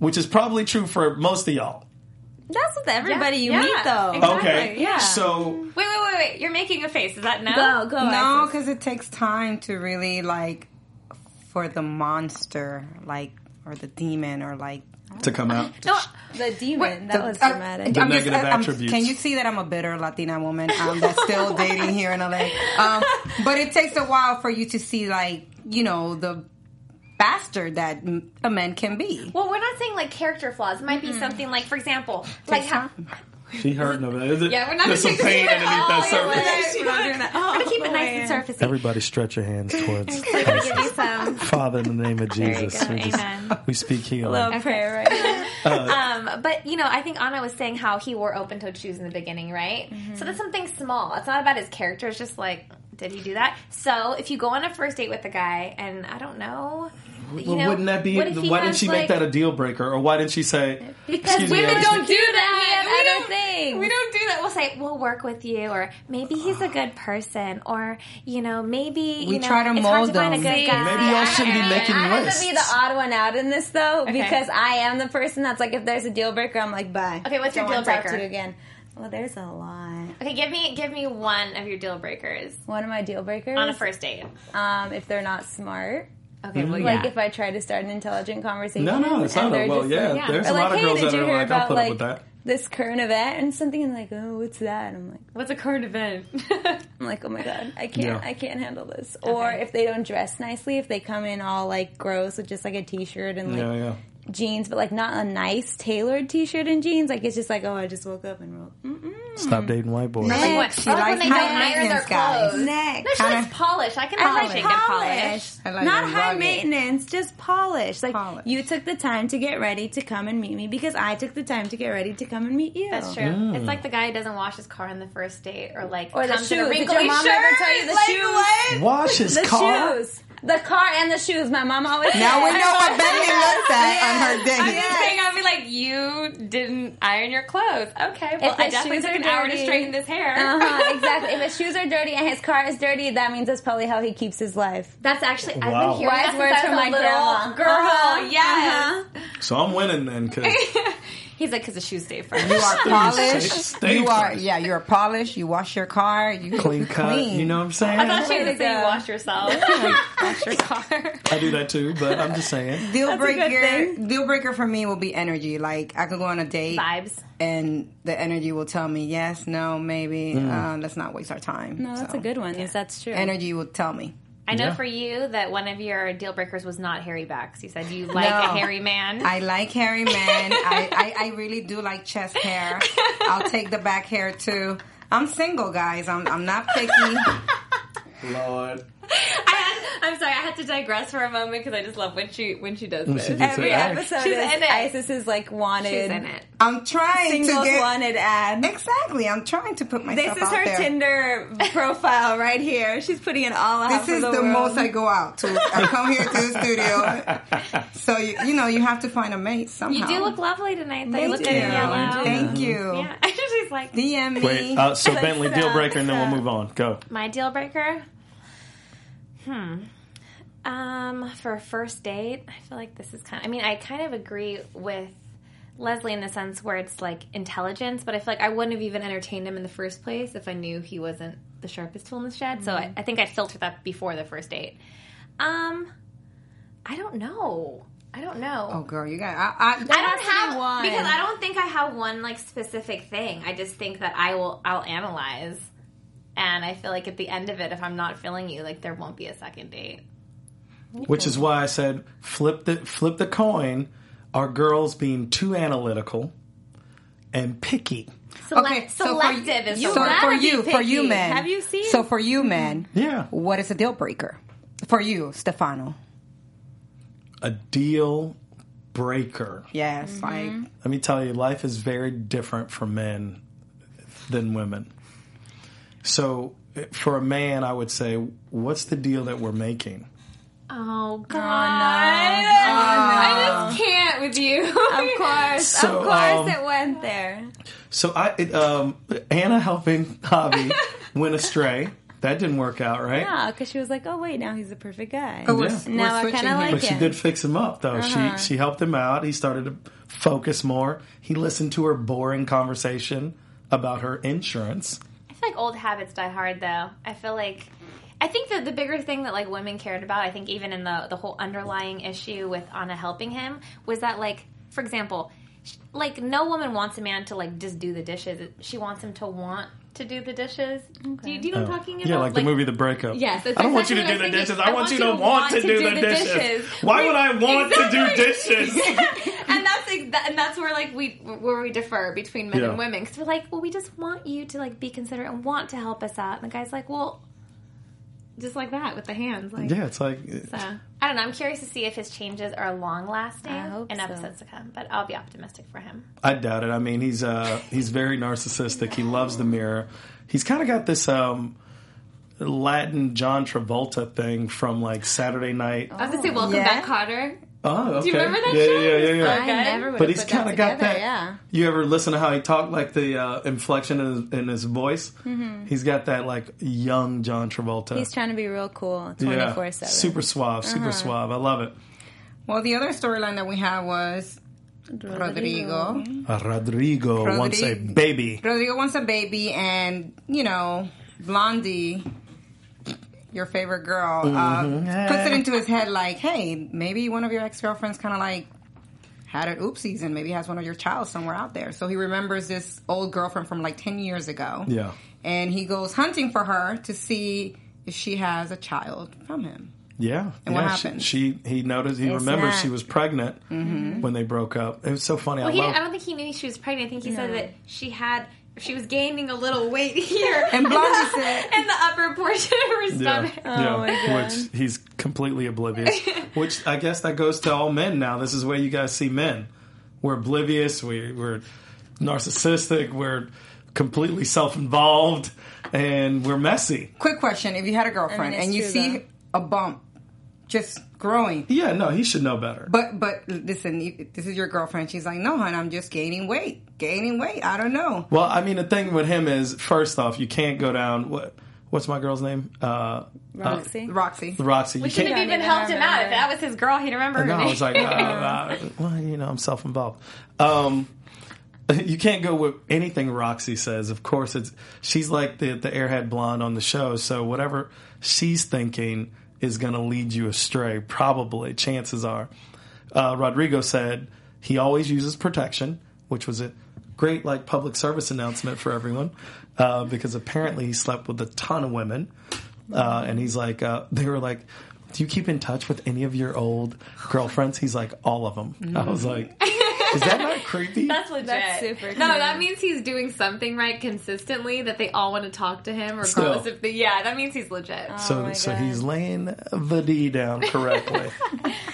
Speaker 6: which is probably true for most of y'all.
Speaker 4: That's with everybody you
Speaker 5: yeah,
Speaker 4: meet though.
Speaker 5: exactly.
Speaker 6: Okay,
Speaker 4: yeah.
Speaker 6: So
Speaker 5: wait, wait, wait, wait. You're making a face. Is that no?
Speaker 4: Go, go.
Speaker 3: No,
Speaker 4: Isis.
Speaker 3: because it takes time to really like for the monster, like or the demon, or like.
Speaker 6: to come out,
Speaker 5: No,
Speaker 4: The demon. That was
Speaker 3: Uh,
Speaker 4: dramatic.
Speaker 6: The
Speaker 3: I'm just-
Speaker 6: negative
Speaker 3: I'm-
Speaker 6: attributes.
Speaker 3: Can you see that I'm a bitter Latina woman um, that's still dating here in LA? Um, but it takes a while for you to see, like, you know, the bastard that m- a man can be.
Speaker 5: well, we're not saying like character flaws. It might be something like, for example, like how.
Speaker 6: she hurting over there. Is it,
Speaker 5: Yeah, we're not
Speaker 6: There's some
Speaker 5: gonna take
Speaker 6: pain
Speaker 5: this-
Speaker 6: underneath that
Speaker 5: Oh, yeah,
Speaker 6: surface.
Speaker 5: We're not doing that.
Speaker 4: Oh,
Speaker 5: We're gonna keep it nice and surfacey.
Speaker 6: Everybody, stretch your hands towards
Speaker 5: We're gonna give you some.
Speaker 6: Father in the name of Jesus.
Speaker 5: go. Amen.
Speaker 6: we speak healing.
Speaker 4: Little prayer right now.
Speaker 5: Um, but you know, I think Anna was saying how he wore open-toed shoes in the beginning, right? So
Speaker 4: Mm-hmm.
Speaker 5: that's something small. It's not about his character. It's just like, did he do that? So if you go on a first date with a guy, and I don't know, you
Speaker 6: Well,
Speaker 5: know,
Speaker 6: wouldn't that be?
Speaker 5: what if he
Speaker 6: Why didn't
Speaker 5: has,
Speaker 6: she
Speaker 5: like-
Speaker 6: make that a deal breaker, or why didn't she say?
Speaker 4: Because
Speaker 6: Excuse me, I
Speaker 4: women
Speaker 6: just-
Speaker 4: don't do that.
Speaker 5: We
Speaker 4: We other things.
Speaker 5: We don't do that. We'll say we'll work with you, or maybe he's a good person, or you know, maybe
Speaker 3: We
Speaker 5: you know,
Speaker 3: try to
Speaker 5: it's hard
Speaker 3: mold
Speaker 5: to find a
Speaker 3: them.
Speaker 5: good
Speaker 3: See,
Speaker 5: guy.
Speaker 6: Maybe y'all shouldn't be
Speaker 5: And-
Speaker 6: making
Speaker 4: I have to be the
Speaker 6: lists.
Speaker 4: odd one out in this though
Speaker 5: Okay.
Speaker 4: because I am the person that's like if there's a deal breaker I'm like bye.
Speaker 5: Okay, what's your
Speaker 4: Don't
Speaker 5: deal
Speaker 4: wanna talk
Speaker 5: breaker?
Speaker 4: to you again? Well, there's a lot. my
Speaker 5: Okay, give me give me one of your deal breakers
Speaker 4: one of my deal breakers
Speaker 5: on a first date.
Speaker 4: Um, if they're not smart,
Speaker 5: Okay, well,
Speaker 4: like
Speaker 5: yeah.
Speaker 4: if I try to start an intelligent conversation,
Speaker 6: No, no, it's not
Speaker 4: and
Speaker 6: a-
Speaker 4: they're
Speaker 6: well,
Speaker 4: just
Speaker 6: yeah,
Speaker 4: like,
Speaker 5: yeah.
Speaker 6: there's
Speaker 4: they're
Speaker 6: a lot
Speaker 4: like,
Speaker 6: of
Speaker 4: hey,
Speaker 6: girls
Speaker 4: did
Speaker 6: that
Speaker 4: you
Speaker 6: are
Speaker 4: hear
Speaker 6: like, I'll
Speaker 4: about
Speaker 6: put
Speaker 4: like
Speaker 6: up with that.
Speaker 4: this current event and something, and like, oh, what's that? I'm like,
Speaker 5: What's a current event?
Speaker 4: I'm like, oh my god, I can't,
Speaker 6: Yeah.
Speaker 4: I can't handle this. Or if they don't dress nicely, if they come in all like gross with just like a t-shirt and like
Speaker 6: Yeah, yeah.
Speaker 4: jeans, but like not a nice tailored t-shirt and jeans, like it's just like, oh, I just woke up and rolled.
Speaker 6: Stop dating white boys.
Speaker 3: Next,
Speaker 5: what-
Speaker 3: she
Speaker 5: I like
Speaker 3: likes
Speaker 5: when they don't
Speaker 3: high
Speaker 5: iron their
Speaker 3: maintenance guys.
Speaker 5: clothes.
Speaker 4: Neck,
Speaker 5: no, she
Speaker 3: kinda-
Speaker 5: likes polish. I can
Speaker 4: I
Speaker 5: polish.
Speaker 4: like
Speaker 5: and get
Speaker 4: polish.
Speaker 5: polish.
Speaker 3: I like
Speaker 4: not
Speaker 3: it
Speaker 4: high
Speaker 3: rugged.
Speaker 4: maintenance, just polish. Like
Speaker 3: Polish.
Speaker 4: you took the time to get ready to come and meet me because I took the time to get ready to come and meet you.
Speaker 5: That's true. It's like the guy who doesn't wash his car on the first date, or like
Speaker 4: Or the
Speaker 5: comes in a
Speaker 4: shoes. Did your
Speaker 5: wrinkly
Speaker 4: mom
Speaker 5: shirt.
Speaker 4: ever tell you the
Speaker 5: like,
Speaker 4: shoes?
Speaker 5: What?
Speaker 6: Wash his
Speaker 4: The
Speaker 6: car.
Speaker 4: shoes, the car, and the shoes. My mom always.
Speaker 3: Now we
Speaker 4: said.
Speaker 3: know what Bentley looks at on her
Speaker 5: I'm
Speaker 3: date.
Speaker 5: just saying, I'll be like, you didn't iron your clothes. Okay, well,
Speaker 4: If
Speaker 5: I
Speaker 4: his
Speaker 5: definitely
Speaker 4: shoes
Speaker 5: took
Speaker 4: are
Speaker 5: an hour to
Speaker 4: dirty.
Speaker 5: straighten this hair.
Speaker 4: Uh-huh, exactly. If his shoes are dirty and his car is dirty, that means that's probably how he keeps his life.
Speaker 5: That's actually I've
Speaker 6: Wow.
Speaker 5: been hearing
Speaker 4: Wise
Speaker 5: that since
Speaker 4: words
Speaker 5: I was
Speaker 4: from
Speaker 5: a
Speaker 4: my
Speaker 5: little
Speaker 4: grandma.
Speaker 5: girl.
Speaker 4: Uh-huh,
Speaker 5: Yes.
Speaker 6: So I'm winning then because
Speaker 5: He's like, because the shoes stay first.
Speaker 3: You are polished.
Speaker 6: Stay
Speaker 3: You are
Speaker 6: polished.
Speaker 3: yeah. You're polished. You wash your car. You
Speaker 6: clean cut. You know what I'm saying?
Speaker 5: I thought she
Speaker 4: Way
Speaker 5: was
Speaker 4: to
Speaker 5: saying
Speaker 4: go.
Speaker 5: wash yourself, wash your car.
Speaker 6: I do that too, but I'm just saying.
Speaker 3: Deal
Speaker 4: That's a good
Speaker 3: breaker.
Speaker 4: thing.
Speaker 3: Deal breaker for me will be energy. Like I could go on a date,
Speaker 5: Vibes.
Speaker 3: and the energy will tell me yes, no, maybe.
Speaker 6: Mm.
Speaker 3: Uh, let's not waste our time.
Speaker 4: No, that's
Speaker 3: So,
Speaker 4: a good one. Yes, that's true.
Speaker 3: Energy will tell me.
Speaker 5: I know
Speaker 6: Yeah.
Speaker 5: for you that one of your deal breakers was not hairy backs. You said you like
Speaker 3: No.
Speaker 5: a hairy man.
Speaker 3: I like hairy men. I, I, I really do like chest hair. I'll take the back hair too. I'm single, guys. I'm I'm not picky.
Speaker 6: Lord.
Speaker 5: I, I'm sorry, I had to digress for a moment because I just love when she when she does this.
Speaker 6: she gets
Speaker 4: Every
Speaker 6: it.
Speaker 4: episode
Speaker 5: She's
Speaker 4: is
Speaker 5: in it.
Speaker 4: ISIS is like wanted.
Speaker 5: She's in it.
Speaker 3: I'm trying to
Speaker 4: Singles
Speaker 3: get
Speaker 4: wanted ad.
Speaker 3: exactly. I'm trying to put
Speaker 4: This
Speaker 3: myself.
Speaker 4: is
Speaker 3: out
Speaker 4: her
Speaker 3: there.
Speaker 4: Tinder profile right here. She's putting it all out.
Speaker 3: This
Speaker 4: for
Speaker 3: is the,
Speaker 4: world.
Speaker 3: most I go out to. I come here to the studio. So you, you know you have to find a mate
Speaker 5: You
Speaker 3: somehow.
Speaker 5: do look lovely tonight. Though. You
Speaker 3: Thank
Speaker 5: look
Speaker 3: you.
Speaker 5: good in yellow.
Speaker 3: Thank you.
Speaker 5: Yeah, she's like
Speaker 3: DM me.
Speaker 6: Wait, uh, so Bentley, deal
Speaker 4: stop,
Speaker 6: breaker, and then
Speaker 4: stop.
Speaker 6: we'll move on. Go.
Speaker 5: my deal breaker. Hmm. Um, for a first date, I feel like this is kind. Of, I mean, I kind of agree with Leslie in the sense where it's like intelligence, but I feel like I wouldn't have even entertained him in the first place if I knew he wasn't the sharpest tool in the shed. So I, I think I filtered that before the first date. Um, I don't know. I don't know.
Speaker 3: oh, girl, you got. I, I,
Speaker 5: I don't
Speaker 4: has to be
Speaker 5: have
Speaker 4: one.
Speaker 5: because I don't think I have one like specific thing. I just think that I will I'll analyze, and I feel like at the end of it, if I'm not feeling you, like there won't be a second date.
Speaker 6: Which is why I said flip the flip the coin. Are girls being too analytical and picky?
Speaker 5: Select,
Speaker 3: okay, so for,
Speaker 5: selective is
Speaker 3: you,
Speaker 5: the
Speaker 3: so
Speaker 5: word.
Speaker 3: for
Speaker 4: gotta be
Speaker 3: you, for you,
Speaker 4: picky.
Speaker 3: men.
Speaker 4: Have you seen-
Speaker 3: So for you, men.
Speaker 6: Yeah.
Speaker 3: What is a deal breaker for you, Stefano?
Speaker 6: A deal breaker.
Speaker 3: Yes, like
Speaker 6: Let me tell you, life is very different for men than women. So, for a man, I would say, what's the deal that we're making?
Speaker 5: oh god, I just can't with you.
Speaker 4: Of course,
Speaker 6: So,
Speaker 4: of course,
Speaker 6: um,
Speaker 4: it went there.
Speaker 6: So I, it, um, Anna helping Javi went astray. That didn't work out, right?
Speaker 4: Oh, because she was like, "Oh wait, now he's a perfect guy."
Speaker 3: we're,
Speaker 6: Yeah.
Speaker 3: we're
Speaker 4: Now I
Speaker 3: switching
Speaker 4: kinda
Speaker 3: here.
Speaker 4: like
Speaker 6: But she
Speaker 4: Yeah.
Speaker 6: did fix him up, though.
Speaker 4: Uh-huh.
Speaker 6: She she helped him out. He started to focus more. He listened to her boring conversation about her insurance.
Speaker 5: I feel like old habits die hard, though. I feel like I think that the bigger thing that like women cared about, I think even in the the whole underlying issue with Anna helping him was that like, for example, sh- like no woman wants a man to like just do the dishes. She wants him to want to do the dishes. Do, you, do you know what I'm talking about?
Speaker 6: Oh. Yeah, like, the movie The Breakup.
Speaker 5: Yes, that's
Speaker 6: I don't want you
Speaker 5: exactly
Speaker 6: to do
Speaker 5: what I was
Speaker 6: the dishes.
Speaker 5: thinking.
Speaker 6: I want you to want to do the dishes. Why would I want to do
Speaker 5: Exactly.
Speaker 6: dishes?
Speaker 5: and that's ex- that- and that's where like we where we differ between men
Speaker 6: Yeah.
Speaker 5: and women because we're like, well, we just want you to like be considerate and want to help us out, and the guy's like, well, just like that with the hands, like.
Speaker 6: Yeah, it's like
Speaker 5: So, I don't know. I'm curious to see if his changes are long lasting
Speaker 4: I hope
Speaker 5: in
Speaker 4: so.
Speaker 5: episodes to come, but I'll be optimistic for him.
Speaker 6: I doubt it. I mean, he's uh, he's very narcissistic. He loves the mirror. He's kind of got this um, Latin John Travolta thing from like Saturday Night.
Speaker 5: I was gonna say, welcome
Speaker 3: Yeah.
Speaker 5: back, Cotter.
Speaker 6: Oh, okay.
Speaker 5: Oh. Do you remember that
Speaker 6: yeah,
Speaker 5: show?
Speaker 6: Yeah, yeah, yeah.
Speaker 5: Okay.
Speaker 4: I never would.
Speaker 6: But he's
Speaker 4: kind of
Speaker 6: got that.
Speaker 4: Yeah.
Speaker 6: You ever listen to how he talked, like the uh, inflection in his, in his voice? He's got that like young John Travolta.
Speaker 4: He's trying to be real cool, twenty
Speaker 6: yeah,
Speaker 4: four seven.
Speaker 3: Uh-huh.
Speaker 6: super suave, super suave. I love it.
Speaker 3: Well, the other storyline that we had was Rodrigo.
Speaker 6: Rodrigo wants a
Speaker 3: Rodri-
Speaker 6: baby.
Speaker 3: Rodrigo wants a baby, and you know, Blondie, your favorite girl, uh, puts it into his head like, hey, maybe one of your ex girlfriends kind of like had an oopsies and maybe has one of your child somewhere out there. So he remembers this old girlfriend from like ten years ago.
Speaker 6: Yeah.
Speaker 3: and he goes hunting for her to see if she has a child from him.
Speaker 6: Yeah.
Speaker 3: And what
Speaker 6: yeah, she-
Speaker 3: happened? Mm-hmm.
Speaker 6: She, he noticed he remembers
Speaker 4: not-
Speaker 6: she was pregnant when they broke up. It was so funny.
Speaker 5: Well,
Speaker 6: I
Speaker 5: he
Speaker 6: love
Speaker 5: didn't, I don't think he knew she was pregnant. I think he said that she had she was gaining a little weight here
Speaker 3: And Blondie
Speaker 5: in the-
Speaker 3: said-
Speaker 5: in the upper portion of her
Speaker 6: yeah,
Speaker 5: stomach.
Speaker 3: Oh
Speaker 6: yeah, which he's completely oblivious. which I guess that goes to all men now. This is where you guys see men. We're oblivious. We, we're narcissistic. We're completely self-involved, and we're messy.
Speaker 3: Quick question: If you had a girlfriend
Speaker 4: it's
Speaker 3: and you
Speaker 4: true,
Speaker 3: see
Speaker 4: though.
Speaker 3: a bump just growing,
Speaker 6: Yeah, no, he should know better.
Speaker 3: But but listen, you- this is your girlfriend. She's like, no, hon, I'm just gaining weight, gaining weight. I don't know.
Speaker 6: Well, I mean, the thing with him is, first off, you can't go down. What? What's my girl's name? Uh,
Speaker 4: Roxy.
Speaker 3: Roxy,
Speaker 6: Roxy.
Speaker 5: We
Speaker 6: you
Speaker 5: should have
Speaker 6: can't.
Speaker 5: even
Speaker 4: even
Speaker 5: helped him out. If
Speaker 4: remember.
Speaker 5: that was his girl, he'd remember her
Speaker 6: No, I
Speaker 5: name.
Speaker 6: was like, uh, uh, well, you know, I'm self-involved. Um, you can't go with anything Roxy says. Of course, it's she's like the the airhead blonde on the show. So whatever she's thinking is going to lead you astray. Probably, chances are. Uh, Rodrigo said he always uses protection, which was a great like public service announcement for everyone uh, because apparently he slept with a ton of women. Uh, and he's like, uh, they were like, do you keep in touch with any of your old girlfriends? He's like, all of them. I was like, is that not creepy?
Speaker 5: That's legit.
Speaker 4: That's super
Speaker 5: No,
Speaker 4: cute.
Speaker 5: that means he's doing something right consistently that they all want to talk to him, regardless
Speaker 6: Still.
Speaker 5: if they. Yeah, that means he's legit.
Speaker 6: so,
Speaker 4: my
Speaker 6: so
Speaker 4: God.
Speaker 6: he's laying the D down correctly.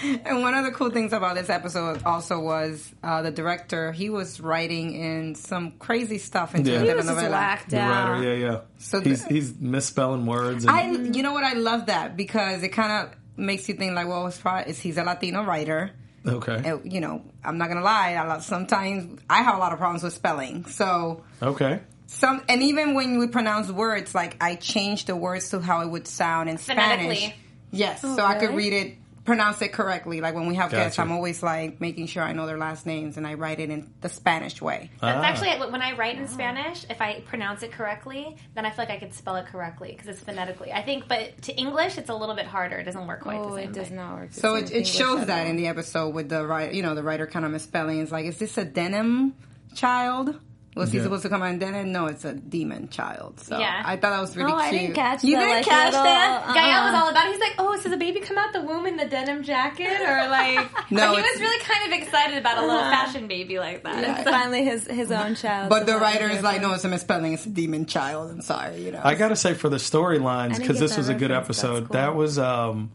Speaker 3: and one of the cool things about this episode also was uh, the director. He was writing in some crazy stuff into
Speaker 6: Yeah.
Speaker 3: the
Speaker 6: He was
Speaker 4: This is
Speaker 3: telenovela.
Speaker 4: whacked
Speaker 6: the
Speaker 4: out.
Speaker 6: writer, yeah, yeah. So
Speaker 3: So
Speaker 6: he's,
Speaker 3: the-
Speaker 6: he's misspelling words. And,
Speaker 3: I, you know what, I love that because it kind of makes you think like, well, it's probably, it's, he's a Latino writer.
Speaker 6: okay.
Speaker 3: Uh, You know, I'm not gonna lie. I love, sometimes I have a lot of problems with spelling, so
Speaker 6: Okay.
Speaker 3: some and even when we pronounce words like i change the words to how it would sound in spanish
Speaker 5: Phonetically.
Speaker 3: yes so i could read it pronounce it correctly like when we have guests
Speaker 6: Gotcha.
Speaker 3: i'm always like making sure i know their last names and i write it in the spanish way
Speaker 6: Ah.
Speaker 5: That's actually when I write in Spanish. If I pronounce it correctly, then I feel like I could spell it correctly because it's phonetically. I think, but to English, it's a little bit harder. It doesn't work quite the
Speaker 4: Oh,
Speaker 5: same.
Speaker 4: it does
Speaker 5: way.
Speaker 4: not work. the
Speaker 3: so
Speaker 4: same
Speaker 3: it, it
Speaker 4: English
Speaker 3: shows
Speaker 4: at
Speaker 3: that
Speaker 4: all.
Speaker 3: in the episode with the writer you know the writer kind of misspelling is like is this a denim child was he
Speaker 6: Yeah.
Speaker 3: supposed to come out in denim? No, it's a demon child. So
Speaker 5: Yeah.
Speaker 3: I thought that was really
Speaker 4: Oh,
Speaker 3: cute.
Speaker 4: I didn't catch
Speaker 3: You
Speaker 4: the,
Speaker 3: didn't
Speaker 4: like,
Speaker 3: catch
Speaker 4: little-
Speaker 3: that?
Speaker 4: uh-uh.
Speaker 5: Gael was all about. it. He's like, "Oh, so the baby come out the womb in the denim jacket, or like?"
Speaker 3: No,
Speaker 5: but he
Speaker 3: it's-
Speaker 5: was really kind of excited about a little fashion baby like that.
Speaker 4: And finally, his his own child.
Speaker 3: But the
Speaker 4: So
Speaker 3: writer is like, no, it's a misspelling. It's a demon child. I'm sorry, you know.
Speaker 6: I gotta say for the storylines
Speaker 4: didn't
Speaker 6: because
Speaker 4: get
Speaker 6: this
Speaker 4: that
Speaker 6: was a good
Speaker 4: reference. That's
Speaker 6: episode.
Speaker 4: cool.
Speaker 6: That was um,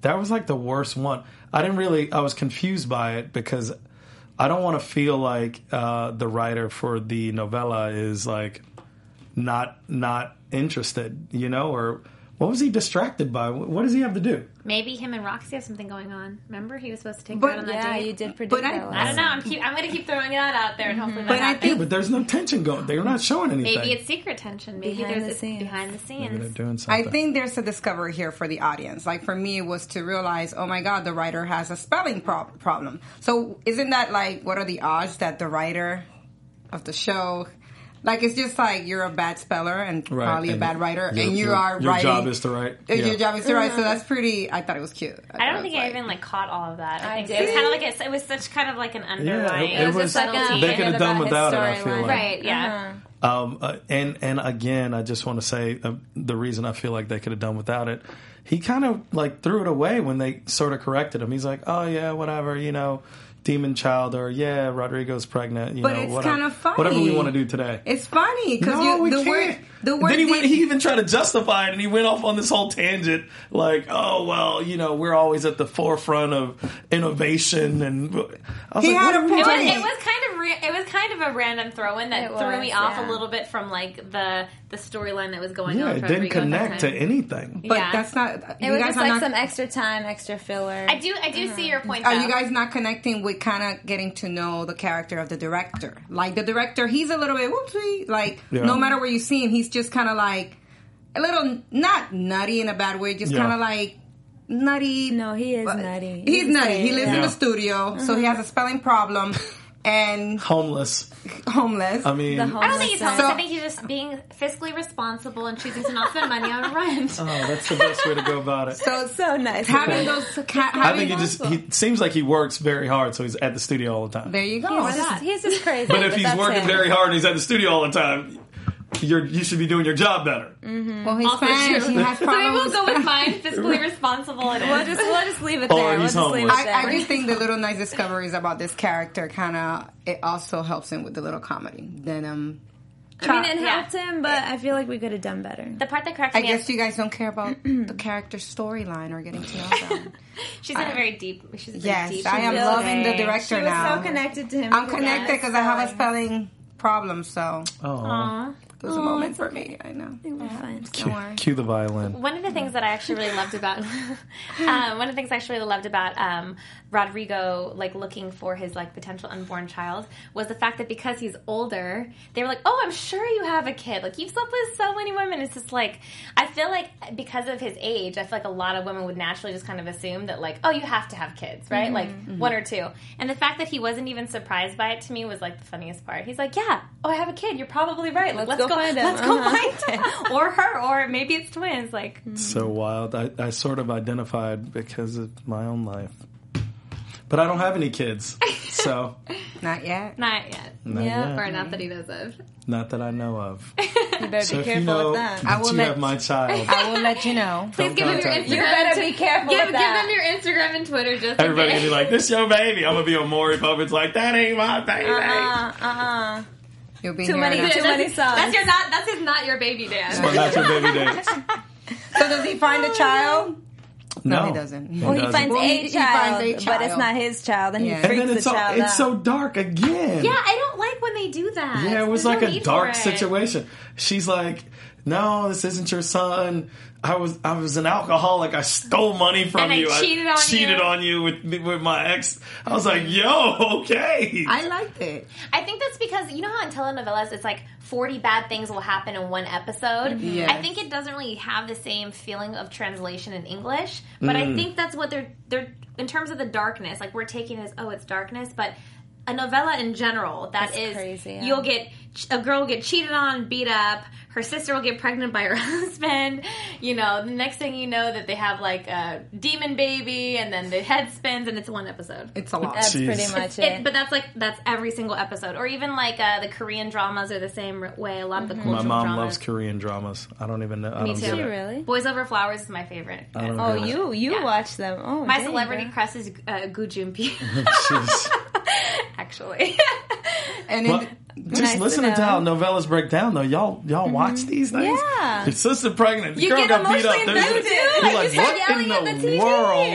Speaker 6: that was like the worst one. I didn't really. I was confused by it because I don't want to feel like uh, the writer for the novella is like not not interested, you know, or what was he distracted by? Wh- What does he have to do?
Speaker 5: Maybe him and Roxy have something going on. Remember, he was supposed to take
Speaker 3: But-
Speaker 5: her out on that
Speaker 4: Yeah,
Speaker 5: date.
Speaker 4: you did predict
Speaker 3: But I-
Speaker 4: that.
Speaker 5: I
Speaker 4: last
Speaker 5: don't know. I'm keep. I'm gonna keep throwing that out there, and hopefully,
Speaker 3: But
Speaker 5: that
Speaker 3: I
Speaker 5: happens.
Speaker 3: think
Speaker 6: But there's no tension going. They're not showing anything.
Speaker 5: maybe it's secret tension. Maybe
Speaker 4: Behind
Speaker 5: there's
Speaker 4: the
Speaker 5: it's
Speaker 4: scenes.
Speaker 5: behind the
Speaker 6: Maybe they're
Speaker 5: scenes.
Speaker 6: doing something.
Speaker 3: I think there's a discovery here for the audience. Like for me, it was to realize, oh my God, the writer has a spelling prob- problem. So isn't that like, what are the odds that the writer of the show, like it's just like you're a bad speller and
Speaker 6: Right,
Speaker 3: probably
Speaker 6: and
Speaker 3: a bad writer,
Speaker 6: your-
Speaker 3: and you
Speaker 6: your-
Speaker 3: are
Speaker 6: your
Speaker 3: writing.
Speaker 6: job is to write.
Speaker 3: Uh,
Speaker 6: Yeah.
Speaker 3: Your job is to
Speaker 4: Mm-hmm.
Speaker 3: write. So that's pretty. I thought it was cute.
Speaker 5: I
Speaker 3: thought it
Speaker 5: don't think
Speaker 3: was
Speaker 5: I even like caught all of that. I,
Speaker 4: I
Speaker 5: think it was
Speaker 4: did.
Speaker 5: kind of like a, it was such kind of like an
Speaker 6: yeah,
Speaker 5: underlying.
Speaker 6: it, it was.
Speaker 4: just like a-
Speaker 6: they could have done
Speaker 4: about
Speaker 6: without it.
Speaker 4: his
Speaker 6: I feel
Speaker 4: storyline.
Speaker 6: like
Speaker 5: right. Yeah.
Speaker 6: Um, uh, and and again, I just want to say uh, the reason I feel like they could have done without it. He kind of like threw it away when they sort of corrected him. He's like, "Oh yeah, whatever, you know, demon child, or yeah, Rodrigo's pregnant, you
Speaker 3: But
Speaker 6: know,
Speaker 3: it's
Speaker 6: whatever,
Speaker 3: kinda funny.
Speaker 6: whatever we want to do today."
Speaker 3: It's funny because
Speaker 6: no, we
Speaker 3: the
Speaker 6: can't.
Speaker 3: word the word
Speaker 6: then he, went,
Speaker 3: de-
Speaker 6: he even tried to justify it, and he went off on this whole tangent, like, "Oh well, you know, we're always at the forefront of innovation." And I was
Speaker 3: He
Speaker 6: like,
Speaker 3: had
Speaker 6: "What
Speaker 3: a
Speaker 6: are we
Speaker 5: It was,
Speaker 3: point.
Speaker 6: doing?"
Speaker 5: it was kind of re- it was kind of a random throw in that
Speaker 4: It
Speaker 5: threw
Speaker 4: was,
Speaker 5: me off
Speaker 4: yeah.
Speaker 5: a little bit from like the the storyline that was going
Speaker 6: Yeah,
Speaker 5: on.
Speaker 6: it
Speaker 5: for
Speaker 6: didn't
Speaker 5: Rodrigo at that
Speaker 6: connect to
Speaker 5: time.
Speaker 6: anything.
Speaker 3: But
Speaker 5: yeah.
Speaker 3: that's not.
Speaker 4: It
Speaker 3: you
Speaker 4: was
Speaker 3: guys
Speaker 4: just
Speaker 3: are
Speaker 4: like
Speaker 3: not
Speaker 4: some extra time, extra filler.
Speaker 5: I do I do see your point.
Speaker 3: Are
Speaker 5: though.
Speaker 3: Oh, you guys not connecting with kind of getting to know the character of the director? Like the director, he's a little bit whoopsie. Like
Speaker 6: Yeah.
Speaker 3: no matter where you see him, he's just kind of like a little not nutty in a bad way, just
Speaker 6: Yeah.
Speaker 3: kind of like nutty.
Speaker 4: No, he is
Speaker 3: but-
Speaker 4: nutty. You
Speaker 3: He's
Speaker 4: can
Speaker 3: nutty.
Speaker 4: say
Speaker 3: He
Speaker 4: it.
Speaker 3: lives in the
Speaker 6: Yeah.
Speaker 3: studio, so he has a spelling problem and
Speaker 6: Homeless.
Speaker 3: homeless.
Speaker 6: I mean,
Speaker 4: The
Speaker 5: I don't think he's homeless.
Speaker 3: So-
Speaker 5: I think he's just being fiscally responsible and choosing to not spend money on rent.
Speaker 6: oh, that's the best way to go about it.
Speaker 3: so
Speaker 4: So nice.
Speaker 3: having those, ca- having
Speaker 6: I think he just he seems like he works very hard, so he's at the studio all the time.
Speaker 3: there you go.
Speaker 4: He's just, he's just crazy.
Speaker 6: But if he's
Speaker 4: that's
Speaker 6: working
Speaker 4: him.
Speaker 6: very hard and he's at the studio all the time, you're you should be doing your job better.
Speaker 3: well, he's
Speaker 5: Also
Speaker 3: Spanish.
Speaker 5: true.
Speaker 3: He has
Speaker 5: so we will
Speaker 3: problems.
Speaker 5: go with mine, fiscally responsible. And
Speaker 4: we'll just we'll just leave it
Speaker 6: Or
Speaker 4: there. We'll
Speaker 6: Oh, he's
Speaker 4: just leave it
Speaker 6: homeless.
Speaker 4: there.
Speaker 3: I, I just think the little nice discoveries about this character kind of it also helps him with the little comedy. Then um,
Speaker 4: I mean, it
Speaker 5: Yeah.
Speaker 4: helped him, but I feel like we could have done better.
Speaker 5: the part that cracks
Speaker 3: I
Speaker 5: me
Speaker 3: guess
Speaker 5: up,
Speaker 3: you guys don't care about the character storyline or getting to know them.
Speaker 5: she's in a very deep. She's in a
Speaker 3: Yes,
Speaker 5: deep.
Speaker 3: I am
Speaker 5: she's
Speaker 3: loving the
Speaker 5: okay.
Speaker 3: director
Speaker 4: She was
Speaker 3: now.
Speaker 4: so connected to him.
Speaker 3: I'm connected because I have a spelling problem, so
Speaker 6: Oh,
Speaker 3: it was a moment for me. I know.
Speaker 6: cue, cue the violin.
Speaker 5: One of the things that I actually really loved about um, one of the things I actually really loved about um, Rodrigo, like looking for his like potential unborn child, was the fact that because he's older, they were like, "Oh, I'm sure you have a kid. Like you've slept with so many women." It's just like I feel like because of his age, I feel like a lot of women would naturally just kind of assume that like, "Oh, you have to have kids, right? Like
Speaker 4: Mm-hmm.
Speaker 5: one or two. And the fact that he wasn't even surprised by it to me was like the funniest part. He's like, "Yeah, oh, I have a kid. You're probably right. Like let's,
Speaker 4: go
Speaker 5: go,
Speaker 4: find him.
Speaker 5: let's go
Speaker 4: Uh-huh.
Speaker 5: find him. or her, or maybe it's twins. Like."
Speaker 6: So wild. I, I sort of identified because of my own life, but I don't have any kids, so
Speaker 3: Not yet.
Speaker 5: Not yet.
Speaker 6: not,
Speaker 4: Yeah.
Speaker 6: yet.
Speaker 5: Or not that he knows of.
Speaker 6: Not that I know of.
Speaker 4: You better
Speaker 6: So
Speaker 4: be
Speaker 6: if you
Speaker 4: careful
Speaker 6: know
Speaker 4: with that.
Speaker 6: that
Speaker 3: will
Speaker 6: you
Speaker 3: let-
Speaker 6: have my child,
Speaker 3: I will let you know.
Speaker 5: Please give him your Instagram.
Speaker 6: contact me.
Speaker 4: You better be careful
Speaker 5: Give,
Speaker 4: with
Speaker 5: give
Speaker 4: that.
Speaker 5: them your Instagram and Twitter just
Speaker 6: everybody
Speaker 5: in
Speaker 6: gonna
Speaker 5: case.
Speaker 6: be like, "This your baby." I'm gonna be on Maury Povich like, "That ain't my baby."
Speaker 4: uh uh uh.
Speaker 3: You'll be
Speaker 4: Too
Speaker 3: here
Speaker 4: many
Speaker 3: in a-
Speaker 4: too many songs.
Speaker 5: That's your not. That's his not your baby dance.
Speaker 6: But not your baby days.
Speaker 3: So does he find a child?
Speaker 6: No,
Speaker 3: he doesn't.
Speaker 6: He
Speaker 3: Well,
Speaker 4: Well, he
Speaker 6: doesn't.
Speaker 4: finds,
Speaker 3: Well,
Speaker 4: a
Speaker 3: he- he
Speaker 4: child,
Speaker 3: finds a
Speaker 4: but it's
Speaker 3: child.
Speaker 4: not his child, and
Speaker 3: Yeah.
Speaker 4: he
Speaker 3: And
Speaker 6: and
Speaker 4: freaks
Speaker 6: then it's
Speaker 4: the
Speaker 6: all,
Speaker 4: child
Speaker 6: it's
Speaker 4: out.
Speaker 6: so dark again.
Speaker 5: Yeah, I don't like when they do that.
Speaker 6: Yeah, it was
Speaker 5: There's
Speaker 6: like
Speaker 5: no
Speaker 6: a
Speaker 5: need for
Speaker 6: dark
Speaker 5: it.
Speaker 6: situation. She's like, "No, this isn't your son. I was I was an alcoholic. I stole money from
Speaker 5: And I
Speaker 6: you.
Speaker 5: cheated
Speaker 6: I
Speaker 5: on
Speaker 6: cheated
Speaker 5: you."
Speaker 6: on you with with my ex." I was like, "Yo, okay."
Speaker 3: I liked it.
Speaker 5: I think that's because you know how in telenovelas it's like forty bad things will happen in one
Speaker 4: Mm-hmm.
Speaker 5: episode.
Speaker 3: Yes.
Speaker 5: I think it doesn't really have the same feeling of translation in English, but
Speaker 4: Mm.
Speaker 5: I think that's what they're they're in terms of the darkness. Like we're taking it as oh it's darkness, but a novella in general that
Speaker 4: That's
Speaker 5: is-
Speaker 4: crazy, yeah.
Speaker 5: you'll get a girl will get cheated on, beat up. Her sister will get pregnant by her husband. You know, the next thing you know, that they have like a demon baby, and then the head spins, and it's one episode.
Speaker 3: It's a lot.
Speaker 4: That's
Speaker 6: Jeez.
Speaker 4: pretty much
Speaker 5: It,
Speaker 4: it.
Speaker 5: but that's like that's every single episode, or even like uh, the Korean dramas are the same way. A lot
Speaker 4: Mm-hmm.
Speaker 5: of the cultural
Speaker 6: my mom
Speaker 5: dramas.
Speaker 6: loves Korean dramas. I don't even know. I
Speaker 5: Me
Speaker 6: don't
Speaker 5: too.
Speaker 6: get
Speaker 4: you
Speaker 6: it.
Speaker 4: really?
Speaker 5: Boys Over Flowers is my favorite.
Speaker 6: I don't
Speaker 4: Oh,
Speaker 6: get it.
Speaker 4: you you
Speaker 5: Yeah.
Speaker 4: watch them? Oh,
Speaker 5: My
Speaker 4: there you
Speaker 5: celebrity
Speaker 4: go.
Speaker 5: crush is uh, Gu Junpei,
Speaker 6: Jeez.
Speaker 5: actually.
Speaker 3: And
Speaker 6: Well,
Speaker 3: it,
Speaker 6: just
Speaker 4: Nice to
Speaker 6: listen to,
Speaker 4: know. Mm-hmm.
Speaker 6: how novellas break down, though. Y'all, y'all watch these things.
Speaker 4: Yeah.
Speaker 6: your sister pregnant. The
Speaker 4: You
Speaker 6: girl
Speaker 4: get
Speaker 6: got beat up.
Speaker 4: emotionally
Speaker 6: There's-
Speaker 4: invested.
Speaker 6: You're
Speaker 4: Like,
Speaker 6: like,
Speaker 4: you start
Speaker 6: what in
Speaker 4: yelling
Speaker 6: the,
Speaker 4: at the TV.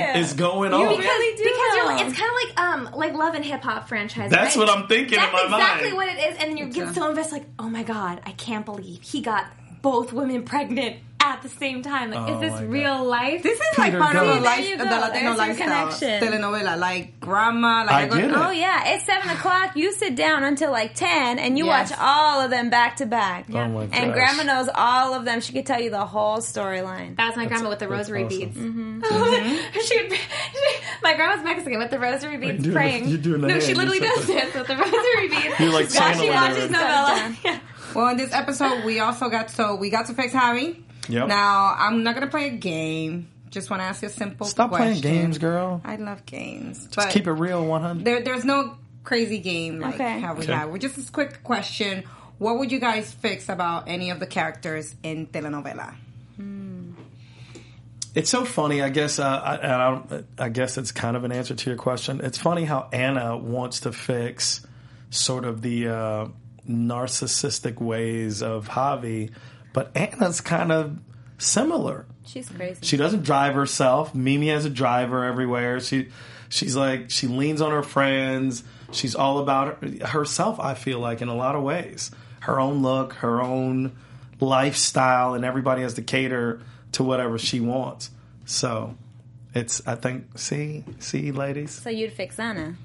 Speaker 6: world is going on?
Speaker 4: really do.
Speaker 5: because you're, it's kind of like um like love and hip hop franchise.
Speaker 6: That's
Speaker 5: right?
Speaker 6: what I'm thinking
Speaker 5: That's
Speaker 6: in my
Speaker 5: exactly
Speaker 6: mind.
Speaker 5: what it is, and you get so invested, like oh my god, I can't believe he got both women pregnant at the same time. Like, is
Speaker 6: Oh my
Speaker 5: this
Speaker 6: God.
Speaker 5: real life?
Speaker 3: this is
Speaker 6: Peter
Speaker 3: like part of
Speaker 6: Gunn.
Speaker 3: the,
Speaker 4: There you go.
Speaker 3: life, the Latino
Speaker 4: There's your
Speaker 3: lifestyle.
Speaker 4: connection.
Speaker 3: Telenovela, like grandma. Like
Speaker 6: I get it.
Speaker 3: go,
Speaker 4: Oh yeah, it's seven o'clock. You sit down until like ten, and you
Speaker 3: Yes.
Speaker 4: watch all of them back to back.
Speaker 6: Oh my gosh.
Speaker 4: And Grandma knows all of them. She could tell you the whole storyline.
Speaker 5: That was my grandma with the
Speaker 6: that's
Speaker 5: rosary
Speaker 6: awesome.
Speaker 5: beads.
Speaker 6: Mm-hmm.
Speaker 5: she would, she, my grandma's Mexican with the rosary beads
Speaker 6: doing-
Speaker 5: praying.
Speaker 6: you're doing the
Speaker 5: no,
Speaker 6: hand,
Speaker 5: she literally
Speaker 6: you're
Speaker 5: does
Speaker 6: so-
Speaker 5: this with the rosary beads.
Speaker 6: You're like
Speaker 5: while
Speaker 6: singing
Speaker 5: she
Speaker 6: or
Speaker 5: watches
Speaker 6: whatever.
Speaker 5: novella. Yeah.
Speaker 3: Well, in this episode, we also got so we got to fix Harry.
Speaker 6: Yep.
Speaker 3: Now I'm not gonna play a game. Just want to ask you a simple.
Speaker 6: Stop playing
Speaker 3: question.
Speaker 6: games, girl.
Speaker 3: I love games. Just
Speaker 6: Keep it real, 100.
Speaker 3: There, there's no crazy game like
Speaker 4: Okay.
Speaker 3: how we
Speaker 6: Okay.
Speaker 3: have. We're just a quick question. What would you guys fix about any of the characters in telenovela?
Speaker 6: It's so funny. I guess. Uh, I, and I, don't, I guess it's kind of an answer to your question. It's funny how Anna wants to fix sort of the uh, narcissistic ways of Javi, but Anna's kind of similar.
Speaker 4: She's crazy.
Speaker 6: She doesn't drive herself. Mimi has a driver everywhere. She she's like she leans on her friends. She's all about her, herself. I feel like in a lot of ways, her own look, her own lifestyle, and everybody has to cater to whatever she wants. So it's I think see see ladies,
Speaker 4: so you'd fix Anna.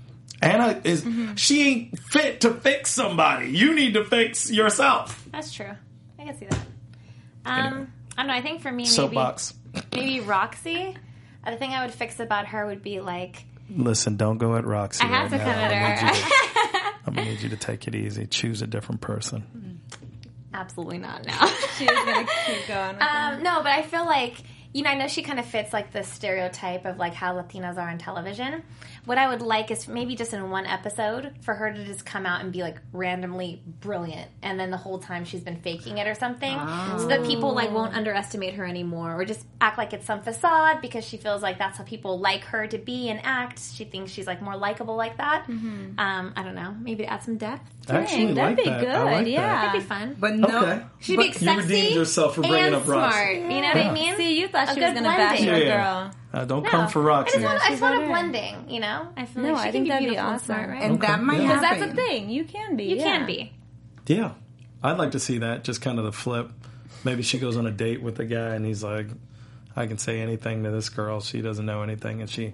Speaker 6: Anna is
Speaker 5: Mm-hmm.
Speaker 6: she ain't fit to fix somebody. You need to fix yourself.
Speaker 5: That's true. I can see that. Um, I don't know. I think for me, maybe
Speaker 6: Soapbox.
Speaker 5: maybe Roxy. The thing I would fix about her would be like
Speaker 6: Listen, don't go at Roxy.
Speaker 5: I have
Speaker 6: right
Speaker 5: to
Speaker 6: now.
Speaker 5: come at
Speaker 6: I need
Speaker 5: her.
Speaker 6: you to- I'm gonna need you to take it easy. Choose a different person.
Speaker 5: Absolutely not now.
Speaker 4: She's gonna keep going. With that.
Speaker 5: Um, no, but I feel like you know I know she kind of fits like the stereotype of like how Latinos are on television. What I would like is maybe just in one episode for her to just come out and be like randomly brilliant, and then the whole time she's been faking it or something, so that people like won't underestimate her anymore, or just act like it's some facade because she feels like that's how people like her to be and act. She thinks she's like more likable like that. Um, I don't know, maybe add some depth.
Speaker 6: I
Speaker 4: Dang,
Speaker 6: actually like
Speaker 4: that'd be
Speaker 6: that.
Speaker 4: good.
Speaker 6: I like that.
Speaker 4: yeah.
Speaker 5: That'd be fun.
Speaker 3: But no,
Speaker 6: Okay.
Speaker 5: She'd be sexy
Speaker 6: you redeemed yourself for bringing
Speaker 5: and
Speaker 6: up
Speaker 5: smart.
Speaker 6: Roxy.
Speaker 5: You know what I mean?
Speaker 4: See, you thought
Speaker 5: A
Speaker 4: she was
Speaker 5: good
Speaker 4: gonna bash
Speaker 5: blending.
Speaker 4: your
Speaker 6: Yeah.
Speaker 4: girl.
Speaker 6: Uh, don't come for
Speaker 5: I
Speaker 6: Roxy.
Speaker 5: just want, I just
Speaker 4: Yeah.
Speaker 5: want a blending, you know? I feel
Speaker 4: No,
Speaker 5: like she
Speaker 4: I
Speaker 5: can
Speaker 4: think
Speaker 5: be
Speaker 4: that'd be
Speaker 5: beautiful and
Speaker 4: awesome.
Speaker 5: smart, right?
Speaker 3: and that might
Speaker 6: Yeah.
Speaker 3: happen.
Speaker 4: Because that's the thing. You can be.
Speaker 5: You
Speaker 4: yeah.
Speaker 5: can be.
Speaker 6: yeah, I'd like to see that. Just kind of the flip. Maybe she goes on a date with a guy, and he's like, "I can say anything to this girl. She doesn't know anything," and she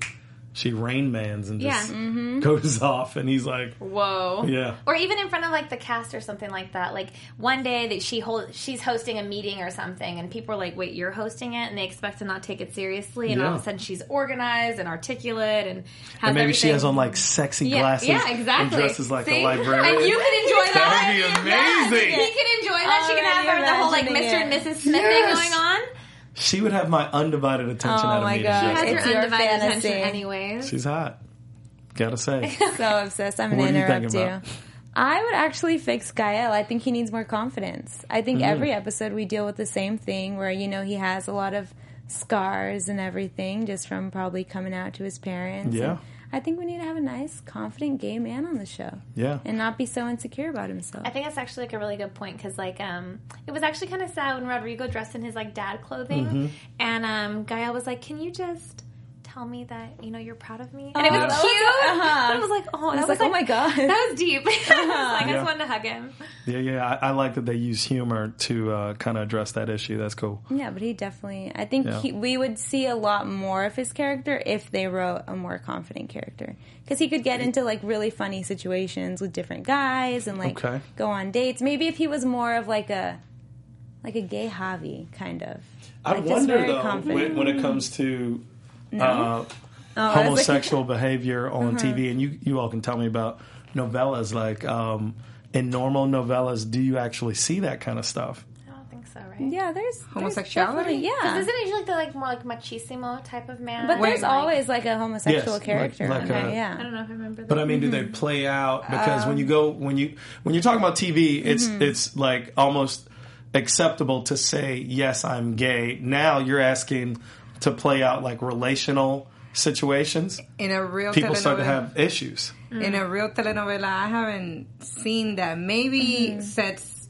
Speaker 6: she rain mans and just
Speaker 5: Yeah. mm-hmm.
Speaker 6: goes off, and he's like,
Speaker 5: Whoa.
Speaker 6: "Yeah."
Speaker 5: Or even in front of like the cast or something like that. Like one day that she hold, she's hosting a meeting or something, and people are like, "Wait, you're hosting it?" And they expect to not take it seriously, and all of
Speaker 6: Yeah.
Speaker 5: a sudden she's organized and articulate and has
Speaker 6: And maybe she
Speaker 5: everything-
Speaker 6: has on like sexy
Speaker 5: yeah,
Speaker 6: glasses.
Speaker 5: yeah, exactly.
Speaker 6: And dresses like
Speaker 5: See?
Speaker 6: a librarian.
Speaker 5: And you can enjoy that.
Speaker 6: That would be amazing.
Speaker 5: Yes, He can enjoy that. she can have
Speaker 4: Already
Speaker 5: her the whole like
Speaker 4: imagining
Speaker 5: Mr. and
Speaker 4: it.
Speaker 5: Mrs. Smith
Speaker 6: Yes.
Speaker 5: thing going on.
Speaker 6: She would have my undivided attention
Speaker 4: Oh
Speaker 6: at a
Speaker 4: my
Speaker 6: meeting.
Speaker 4: God.
Speaker 6: Yes.
Speaker 5: Has
Speaker 4: It's
Speaker 5: your,
Speaker 4: your
Speaker 5: undivided
Speaker 4: fantasy.
Speaker 5: attention anyways.
Speaker 6: She's hot. Gotta say.
Speaker 4: So obsessed. I'm
Speaker 6: What
Speaker 4: gonna
Speaker 6: do you think
Speaker 4: interrupt you.
Speaker 6: about-
Speaker 4: I would actually fix Gael. I think he needs more confidence. I
Speaker 6: Mm-hmm.
Speaker 4: think every episode we deal with the same thing where, you know, he has a lot of scars and everything just from probably coming out to his parents.
Speaker 6: Yeah.
Speaker 4: And I think we need to have a nice, confident gay man on the show.
Speaker 6: Yeah.
Speaker 4: And not be so insecure about himself.
Speaker 5: I think that's actually like a really good point because like um, it was actually kind of sad when Rodrigo dressed in his like dad clothing,
Speaker 6: Mm-hmm.
Speaker 5: and um, Gaia was like, "Can you just tell me that you know you're proud of me?" And it was
Speaker 6: Yeah.
Speaker 5: cute. But it was like, "Oh, that
Speaker 4: was
Speaker 5: was,
Speaker 4: Oh. Uh-huh. like, "Oh my God."
Speaker 5: that was deep." I was like, I
Speaker 6: Yeah.
Speaker 5: just wanted to hug him.
Speaker 6: Yeah, yeah. I, I like that they use humor to uh, kind of address that issue. That's cool.
Speaker 4: Yeah, but he definitely. I think
Speaker 6: Yeah.
Speaker 4: he, we would see a lot more of his character if they wrote a more confident character because he could get into like really funny situations with different guys and like
Speaker 6: Okay.
Speaker 4: go on dates. Maybe if he was more of like a like a gay Javi kind of.
Speaker 6: I
Speaker 4: Like, just
Speaker 6: wonder
Speaker 4: very
Speaker 6: though
Speaker 4: confident. Oh,
Speaker 6: when, when it comes to uh, homosexual behavior
Speaker 4: Uh-huh.
Speaker 6: on TV, and you you all can tell me about novellas. Like um, in normal novellas, do you actually see that kind of stuff?
Speaker 5: I don't think so, right?
Speaker 4: Yeah, there's there's
Speaker 3: Homosexuality?
Speaker 4: definitely-
Speaker 5: Because
Speaker 4: Yeah,
Speaker 5: isn't it usually the like more like machismo type of man?
Speaker 4: but there's
Speaker 5: Like,
Speaker 4: always like a homosexual
Speaker 6: Yes, like-
Speaker 4: character.
Speaker 6: like
Speaker 4: on there,
Speaker 6: a-
Speaker 5: I
Speaker 4: yeah,
Speaker 5: don't know if I remember. That.
Speaker 6: But I mean, do
Speaker 4: Mm-hmm.
Speaker 6: they play out? Because when
Speaker 4: Um,
Speaker 6: you go when you when you're talking about TV, it's
Speaker 4: Mm-hmm.
Speaker 6: it's like almost acceptable to say yes, I'm gay. Now you're asking to play out like relational situations.
Speaker 3: in a real
Speaker 6: People start to
Speaker 3: telenovela-
Speaker 6: have issues.
Speaker 3: in a real telenovela. I haven't seen that. Maybe sets,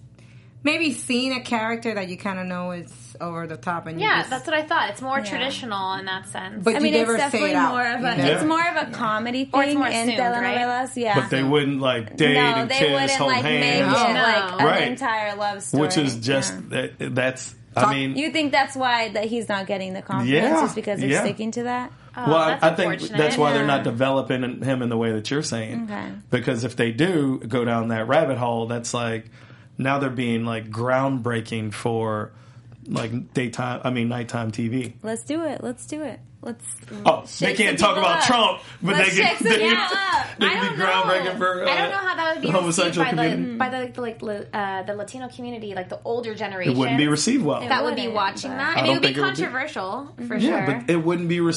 Speaker 3: maybe seeing a character that you kind of know is over the top, and you
Speaker 5: yeah,
Speaker 3: just,
Speaker 5: that's what I thought. It's more traditional in that sense.
Speaker 3: but
Speaker 4: I
Speaker 3: you
Speaker 4: mean,
Speaker 3: never
Speaker 4: it's
Speaker 3: say
Speaker 4: definitely
Speaker 3: it out.
Speaker 4: more of a
Speaker 3: you know?
Speaker 4: it's more of a comedy
Speaker 5: Or it's
Speaker 4: thing
Speaker 5: more
Speaker 4: in
Speaker 5: assumed, right?
Speaker 4: telenovelas. Yeah,
Speaker 6: But they wouldn't like date
Speaker 4: no,
Speaker 6: and
Speaker 4: they
Speaker 6: kiss,
Speaker 4: wouldn't
Speaker 6: hold
Speaker 4: like make it
Speaker 6: hands,
Speaker 5: No.
Speaker 4: like an
Speaker 6: Right.
Speaker 4: entire love story,
Speaker 6: which is just
Speaker 4: Yeah.
Speaker 6: that, that's. I mean,
Speaker 4: You think that's why that he's not getting the confidence
Speaker 6: Yeah,
Speaker 4: just because they're
Speaker 6: yeah.
Speaker 4: sticking to that?
Speaker 6: well, I-
Speaker 5: Oh, that's
Speaker 6: I think
Speaker 5: unfortunate.
Speaker 6: that's why they're not developing him in the way that you're saying.
Speaker 4: Okay.
Speaker 6: Because if they do go down that rabbit hole, that's like now they're being like groundbreaking for like daytime. I mean, nighttime TV.
Speaker 4: Let's do it. Let's do it. Let's.
Speaker 6: Oh,
Speaker 4: Shake
Speaker 6: they can't
Speaker 4: some
Speaker 6: talk
Speaker 4: people
Speaker 6: about
Speaker 4: up.
Speaker 6: Trump, but
Speaker 4: Let's
Speaker 6: they
Speaker 4: shake
Speaker 6: can.
Speaker 4: some
Speaker 6: They
Speaker 4: people
Speaker 6: can
Speaker 4: up.
Speaker 6: they
Speaker 5: I
Speaker 6: can
Speaker 5: don't
Speaker 6: be groundbreaking
Speaker 5: know.
Speaker 6: for. Uh,
Speaker 5: I don't know how that would be
Speaker 6: the
Speaker 5: received
Speaker 6: homosexual
Speaker 5: by
Speaker 6: community.
Speaker 5: the, by the like li- uh, the Latino community, like the older generation.
Speaker 6: it wouldn't be received well.
Speaker 5: That would be
Speaker 4: Wouldn't,
Speaker 5: watching
Speaker 4: but-
Speaker 5: that,
Speaker 6: I
Speaker 5: and it
Speaker 6: don't
Speaker 5: would be
Speaker 6: think it would be.
Speaker 5: controversial for
Speaker 6: yeah,
Speaker 5: sure.
Speaker 6: but it wouldn't be. Rec-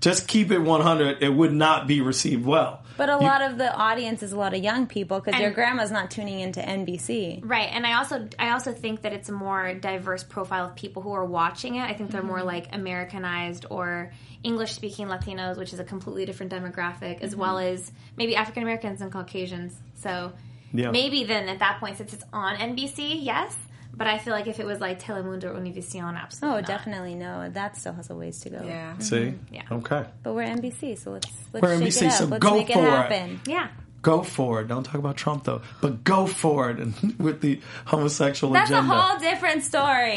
Speaker 6: just keep it 100. It would not be received well.
Speaker 4: But a
Speaker 6: You-
Speaker 4: lot of the audience is a lot of young people because their
Speaker 5: And-
Speaker 4: grandma's not tuning into NBC.
Speaker 5: right, and I also I also think that it's a more diverse profile of people who are watching it. I think they're
Speaker 4: Mm-hmm.
Speaker 5: more like Americanized or English speaking Latinos, which is a completely different demographic, as
Speaker 4: Mm-hmm.
Speaker 5: well as maybe African Americans and Caucasians. So
Speaker 6: Yeah.
Speaker 5: maybe then at that point, since it's on NBC, yes. But I feel like if it was like Telemundo or Univision,
Speaker 4: Oh,
Speaker 5: absolutely. not.
Speaker 4: definitely no. That still has a ways to go.
Speaker 3: Yeah.
Speaker 6: See,
Speaker 5: Mm-hmm. Yeah.
Speaker 6: okay,
Speaker 4: But we're NBC, so let's let's
Speaker 6: We're
Speaker 4: shake
Speaker 6: NBC,
Speaker 4: it up.
Speaker 6: so
Speaker 4: let's
Speaker 6: go
Speaker 4: make
Speaker 6: for
Speaker 4: it
Speaker 6: it.
Speaker 4: happen.
Speaker 5: Yeah.
Speaker 6: go for it. Don't talk about Trump though, but go for it and with the homosexual
Speaker 4: That's
Speaker 6: agenda.
Speaker 4: a whole different story.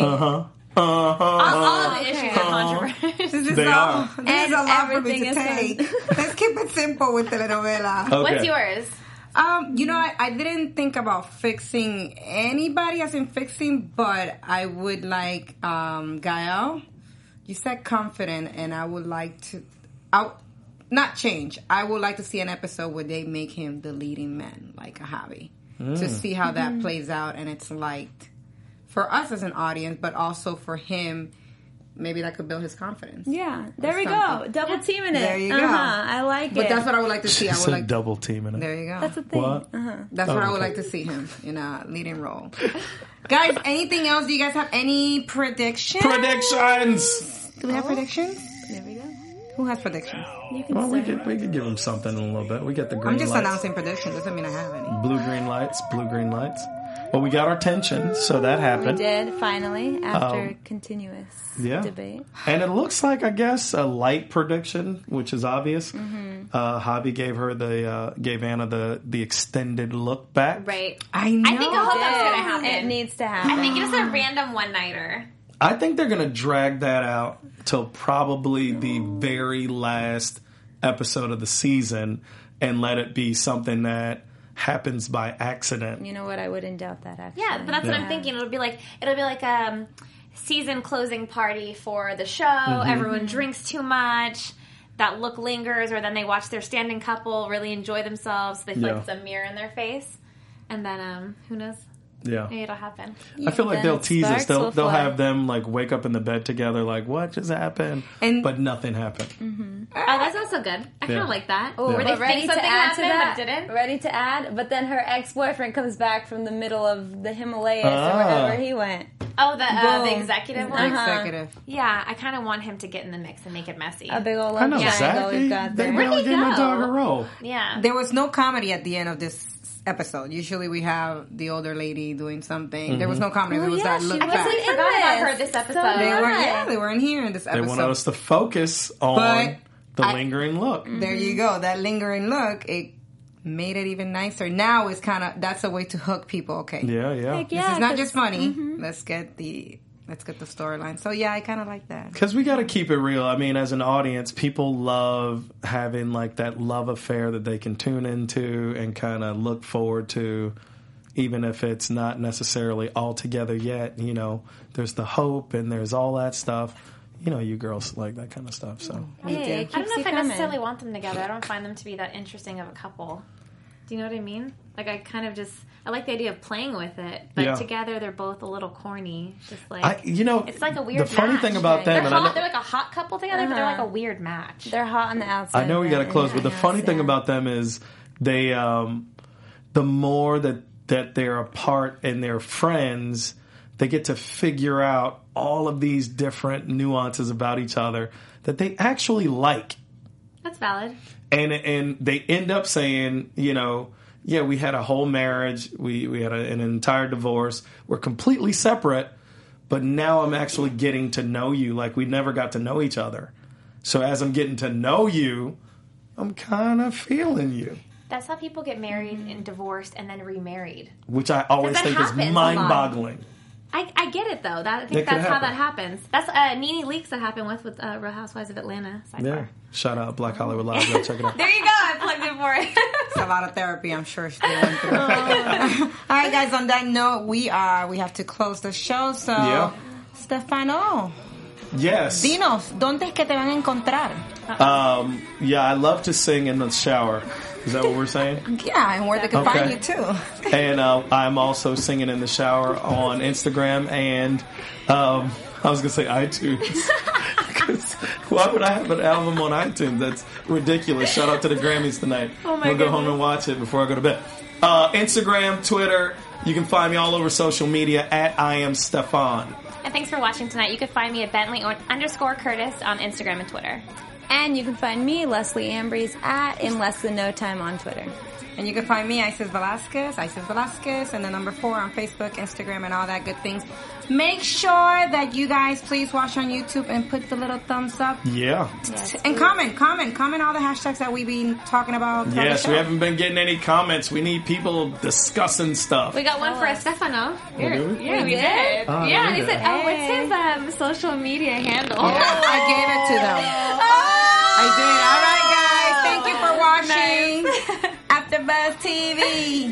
Speaker 6: uh
Speaker 5: All of the issues are controversial.
Speaker 3: This is
Speaker 6: Uh-huh. They
Speaker 3: all,
Speaker 6: are.
Speaker 3: This is a lot for me
Speaker 4: everything
Speaker 3: to
Speaker 4: is
Speaker 3: take. Let's keep it simple with telenovela.
Speaker 5: What's yours?
Speaker 3: Um, you know, I, I didn't think about fixing anybody as in fixing, but I would like um Gael You said confident, and I would like to, I not change. I would like to see an episode where they make him the leading man, like a hobby, to see how that plays out, and it's liked for us as an audience, but also for him. Maybe that could build his confidence.
Speaker 4: Yeah, there we go.
Speaker 3: something.
Speaker 4: Double teaming it.
Speaker 3: There you go.
Speaker 4: Uh-huh. I like
Speaker 3: But
Speaker 4: it.
Speaker 3: that's what I would like to see. I
Speaker 6: Just
Speaker 3: would
Speaker 6: a
Speaker 3: like.
Speaker 6: double teaming.
Speaker 3: There you go.
Speaker 4: That's the thing.
Speaker 6: What?
Speaker 3: That's what I would
Speaker 6: Oh, okay.
Speaker 3: like to see him in a leading role. guys, anything else? Do you guys have any predictions?
Speaker 6: Predictions.
Speaker 4: Oh.
Speaker 3: Do we have predictions?
Speaker 4: There we go.
Speaker 3: Who has predictions?
Speaker 4: You can
Speaker 6: Well, we
Speaker 4: say
Speaker 6: could we could give them something in a little bit. We got the green
Speaker 3: I'm just
Speaker 6: lights,
Speaker 3: announcing predictions. Doesn't mean I have any.
Speaker 6: blue green lights, blue green lights. Well, we got our tension, so that
Speaker 4: we
Speaker 6: happened.
Speaker 4: did finally after continuous
Speaker 6: Um, yeah.
Speaker 4: debate.
Speaker 6: And it looks like, I guess, a light prediction, which is obvious. Uh, Hobby gave her the uh, gave Anna the the extended look back.
Speaker 5: Right.
Speaker 3: I know.
Speaker 5: I think I hope that's gonna happen.
Speaker 4: It needs to happen.
Speaker 5: I think it was a random one nighter.
Speaker 6: I think they're gonna drag that out till probably the very last episode of the season, and let it be something that happens by accident.
Speaker 4: you know what? I wouldn't doubt that. Actually,
Speaker 5: Yeah, but that's what I'm thinking. It'll be like it'll be like um season closing party for the show. Everyone drinks too much. That look lingers, or then they watch their standing couple really enjoy themselves. They feel
Speaker 6: Yeah.
Speaker 5: like it's a mirror in their face, and then um, who knows?
Speaker 6: Yeah,
Speaker 5: Maybe it'll happen.
Speaker 6: I feel like
Speaker 4: Then
Speaker 6: they'll tease us.
Speaker 4: sparks
Speaker 6: They'll
Speaker 4: will
Speaker 6: they'll
Speaker 4: fly.
Speaker 6: have them like wake up in the bed together, like what just happened,
Speaker 3: And-
Speaker 6: but nothing happened.
Speaker 5: Oh, that's also good. I kind
Speaker 6: Yeah.
Speaker 5: of like that.
Speaker 4: Ooh,
Speaker 5: Where
Speaker 4: but
Speaker 5: Oh, they think
Speaker 4: ready
Speaker 5: something
Speaker 4: to add
Speaker 5: happened,
Speaker 4: to that.
Speaker 5: but it didn't.
Speaker 4: Ready to add, but then her ex-boyfriend comes back from the middle of the Himalayas
Speaker 6: Ah.
Speaker 4: or wherever he went.
Speaker 5: Oh, the uh, the
Speaker 3: Boom.
Speaker 5: executive
Speaker 4: Uh-huh.
Speaker 3: The
Speaker 5: one.
Speaker 3: Executive.
Speaker 5: Yeah, I kind of want him to get in the mix and make it messy.
Speaker 4: A big old
Speaker 6: I
Speaker 4: love
Speaker 6: know
Speaker 4: triangle
Speaker 6: exactly.
Speaker 4: we've got
Speaker 6: They
Speaker 4: there.
Speaker 6: really
Speaker 5: Where'd he
Speaker 6: gave my
Speaker 5: go?
Speaker 6: dog a roll.
Speaker 5: yeah,
Speaker 3: There was no comedy at the end of this episode. Usually we have the older lady doing something. There was no
Speaker 6: Mm-hmm.
Speaker 3: comedy. there
Speaker 4: Oh,
Speaker 3: was
Speaker 4: yeah,
Speaker 3: that
Speaker 4: she
Speaker 3: look
Speaker 4: was
Speaker 3: back.
Speaker 4: in
Speaker 5: I forgot about
Speaker 4: this.
Speaker 5: her this episode.
Speaker 4: So
Speaker 3: They were,
Speaker 4: Right.
Speaker 3: yeah, they were in here in this
Speaker 6: They
Speaker 3: episode.
Speaker 6: wanted us to focus on
Speaker 3: But
Speaker 6: the
Speaker 3: I- Mm-hmm.
Speaker 6: lingering look.
Speaker 3: There you go. That lingering look, it made it even nicer. Now it's kind of that's a way to hook people. Okay,
Speaker 6: Yeah, yeah.
Speaker 4: Heck yeah,
Speaker 3: it's not
Speaker 4: 'cause-
Speaker 3: just funny. Let's get the let's get the storyline. So yeah, I kind of like that.
Speaker 6: Because we got to keep it real. I mean, as an audience, people love having like that love affair that they can tune into and kind of look forward to, even if it's not necessarily all together yet. You know, there's the hope and there's all that stuff. You know, you girls like that kind of stuff. So
Speaker 5: Mm-hmm.
Speaker 4: Hey, it
Speaker 5: I don't
Speaker 4: keeps
Speaker 5: know
Speaker 4: you
Speaker 5: if I
Speaker 4: coming.
Speaker 5: necessarily want them together. I don't find them to be that interesting of a couple. Do you know what I mean? Like I kind of just I like the idea of playing with it, but
Speaker 6: Yeah.
Speaker 5: together they're both a little corny. Just like
Speaker 6: I, you know,
Speaker 5: it's like a weird.
Speaker 6: The funny
Speaker 5: match.
Speaker 6: thing about
Speaker 5: they're
Speaker 6: them, and I
Speaker 5: hot,
Speaker 6: know-
Speaker 5: they're like a hot couple together, but they're like a weird match.
Speaker 4: They're hot on the outside.
Speaker 6: I know we
Speaker 4: but
Speaker 6: got to close, but the
Speaker 4: everything
Speaker 6: funny
Speaker 4: else,
Speaker 6: thing
Speaker 4: yeah.
Speaker 6: about them is they, um, the more that that they're apart and they're friends, they get to figure out all of these different nuances about each other that they actually like,
Speaker 5: That's valid.
Speaker 6: and and they end up saying, you know. Yeah, we had a whole marriage. We we had a, an entire divorce. We're completely separate, but now I'm actually getting to know you like we never got to know each other. So as I'm getting to know you, I'm kind of feeling you,
Speaker 5: That's how people get married and divorced and then remarried.
Speaker 6: which I always
Speaker 5: That
Speaker 6: think is
Speaker 5: happens a lot.
Speaker 6: mind-boggling.
Speaker 5: I, I get it though. That I
Speaker 6: That
Speaker 5: think
Speaker 6: could
Speaker 5: that's how
Speaker 6: happen.
Speaker 5: that happens. That's uh, Nene Leaks that happened with with uh, Real Housewives of Atlanta. Sidebar.
Speaker 6: Yeah. Shout out Black Hollywood Live. Go check it out.
Speaker 5: There you go. I plugged it for it.
Speaker 3: It's a lot of therapy, I'm sure she went through. All right, guys. On that note, we are we have to close the show. So,
Speaker 6: Yeah.
Speaker 3: Stefano,
Speaker 6: Yes.
Speaker 3: dinos, ¿dónde es que te van a encontrar?
Speaker 6: Um, yeah, I love to sing in the shower. Is that what we're saying?
Speaker 3: Yeah, and where they can
Speaker 6: Okay.
Speaker 3: find you too.
Speaker 6: and uh, I'm also singing in the shower on Instagram and um, I was gonna say iTunes. 'Cause Why would I have an album on iTunes? That's ridiculous. Shout out to the Grammys tonight.
Speaker 5: Oh my
Speaker 6: we'll go home and watch it before I go to bed. Uh, Instagram, Twitter. You can find me all over social media at I am Stefan.
Speaker 5: And thanks for watching tonight. You can find me at Bentley or- underscore Curtis on Instagram and Twitter.
Speaker 4: And you can find me, Leslie Ambries, at In Less Than No Time on Twitter.
Speaker 3: And you can find me, Isis Velasquez, Isis Velasquez, and the number four on Facebook, Instagram, and all that good things. Make sure that you guys please watch on YouTube and put the little thumbs up
Speaker 6: Yeah.
Speaker 3: and comment, comment, comment all the hashtags that we've been talking about. throughout the
Speaker 6: Yes, we
Speaker 3: show.
Speaker 6: haven't been getting any comments. We need people discussing stuff.
Speaker 5: We got one for Stefano.
Speaker 6: did we?
Speaker 5: Yeah, we did.
Speaker 6: Oh,
Speaker 5: yeah,
Speaker 6: we
Speaker 5: and he
Speaker 6: did.
Speaker 5: said, oh, what's his um, social media handle?
Speaker 3: I gave it to them. I did. All right, guys. Thank you for watching. AfterBuzz TV.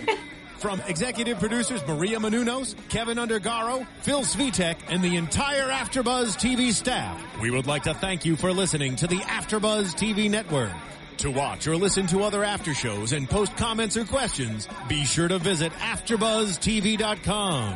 Speaker 2: From executive producers Maria Manunos, Kevin Undergaro, Phil Svitek, and the entire Afterbuzz TV staff, we would like to thank you for listening to the Afterbuzz TV network. To watch or listen to other after shows and post comments or questions, be sure to visit AfterbuzzTV.com.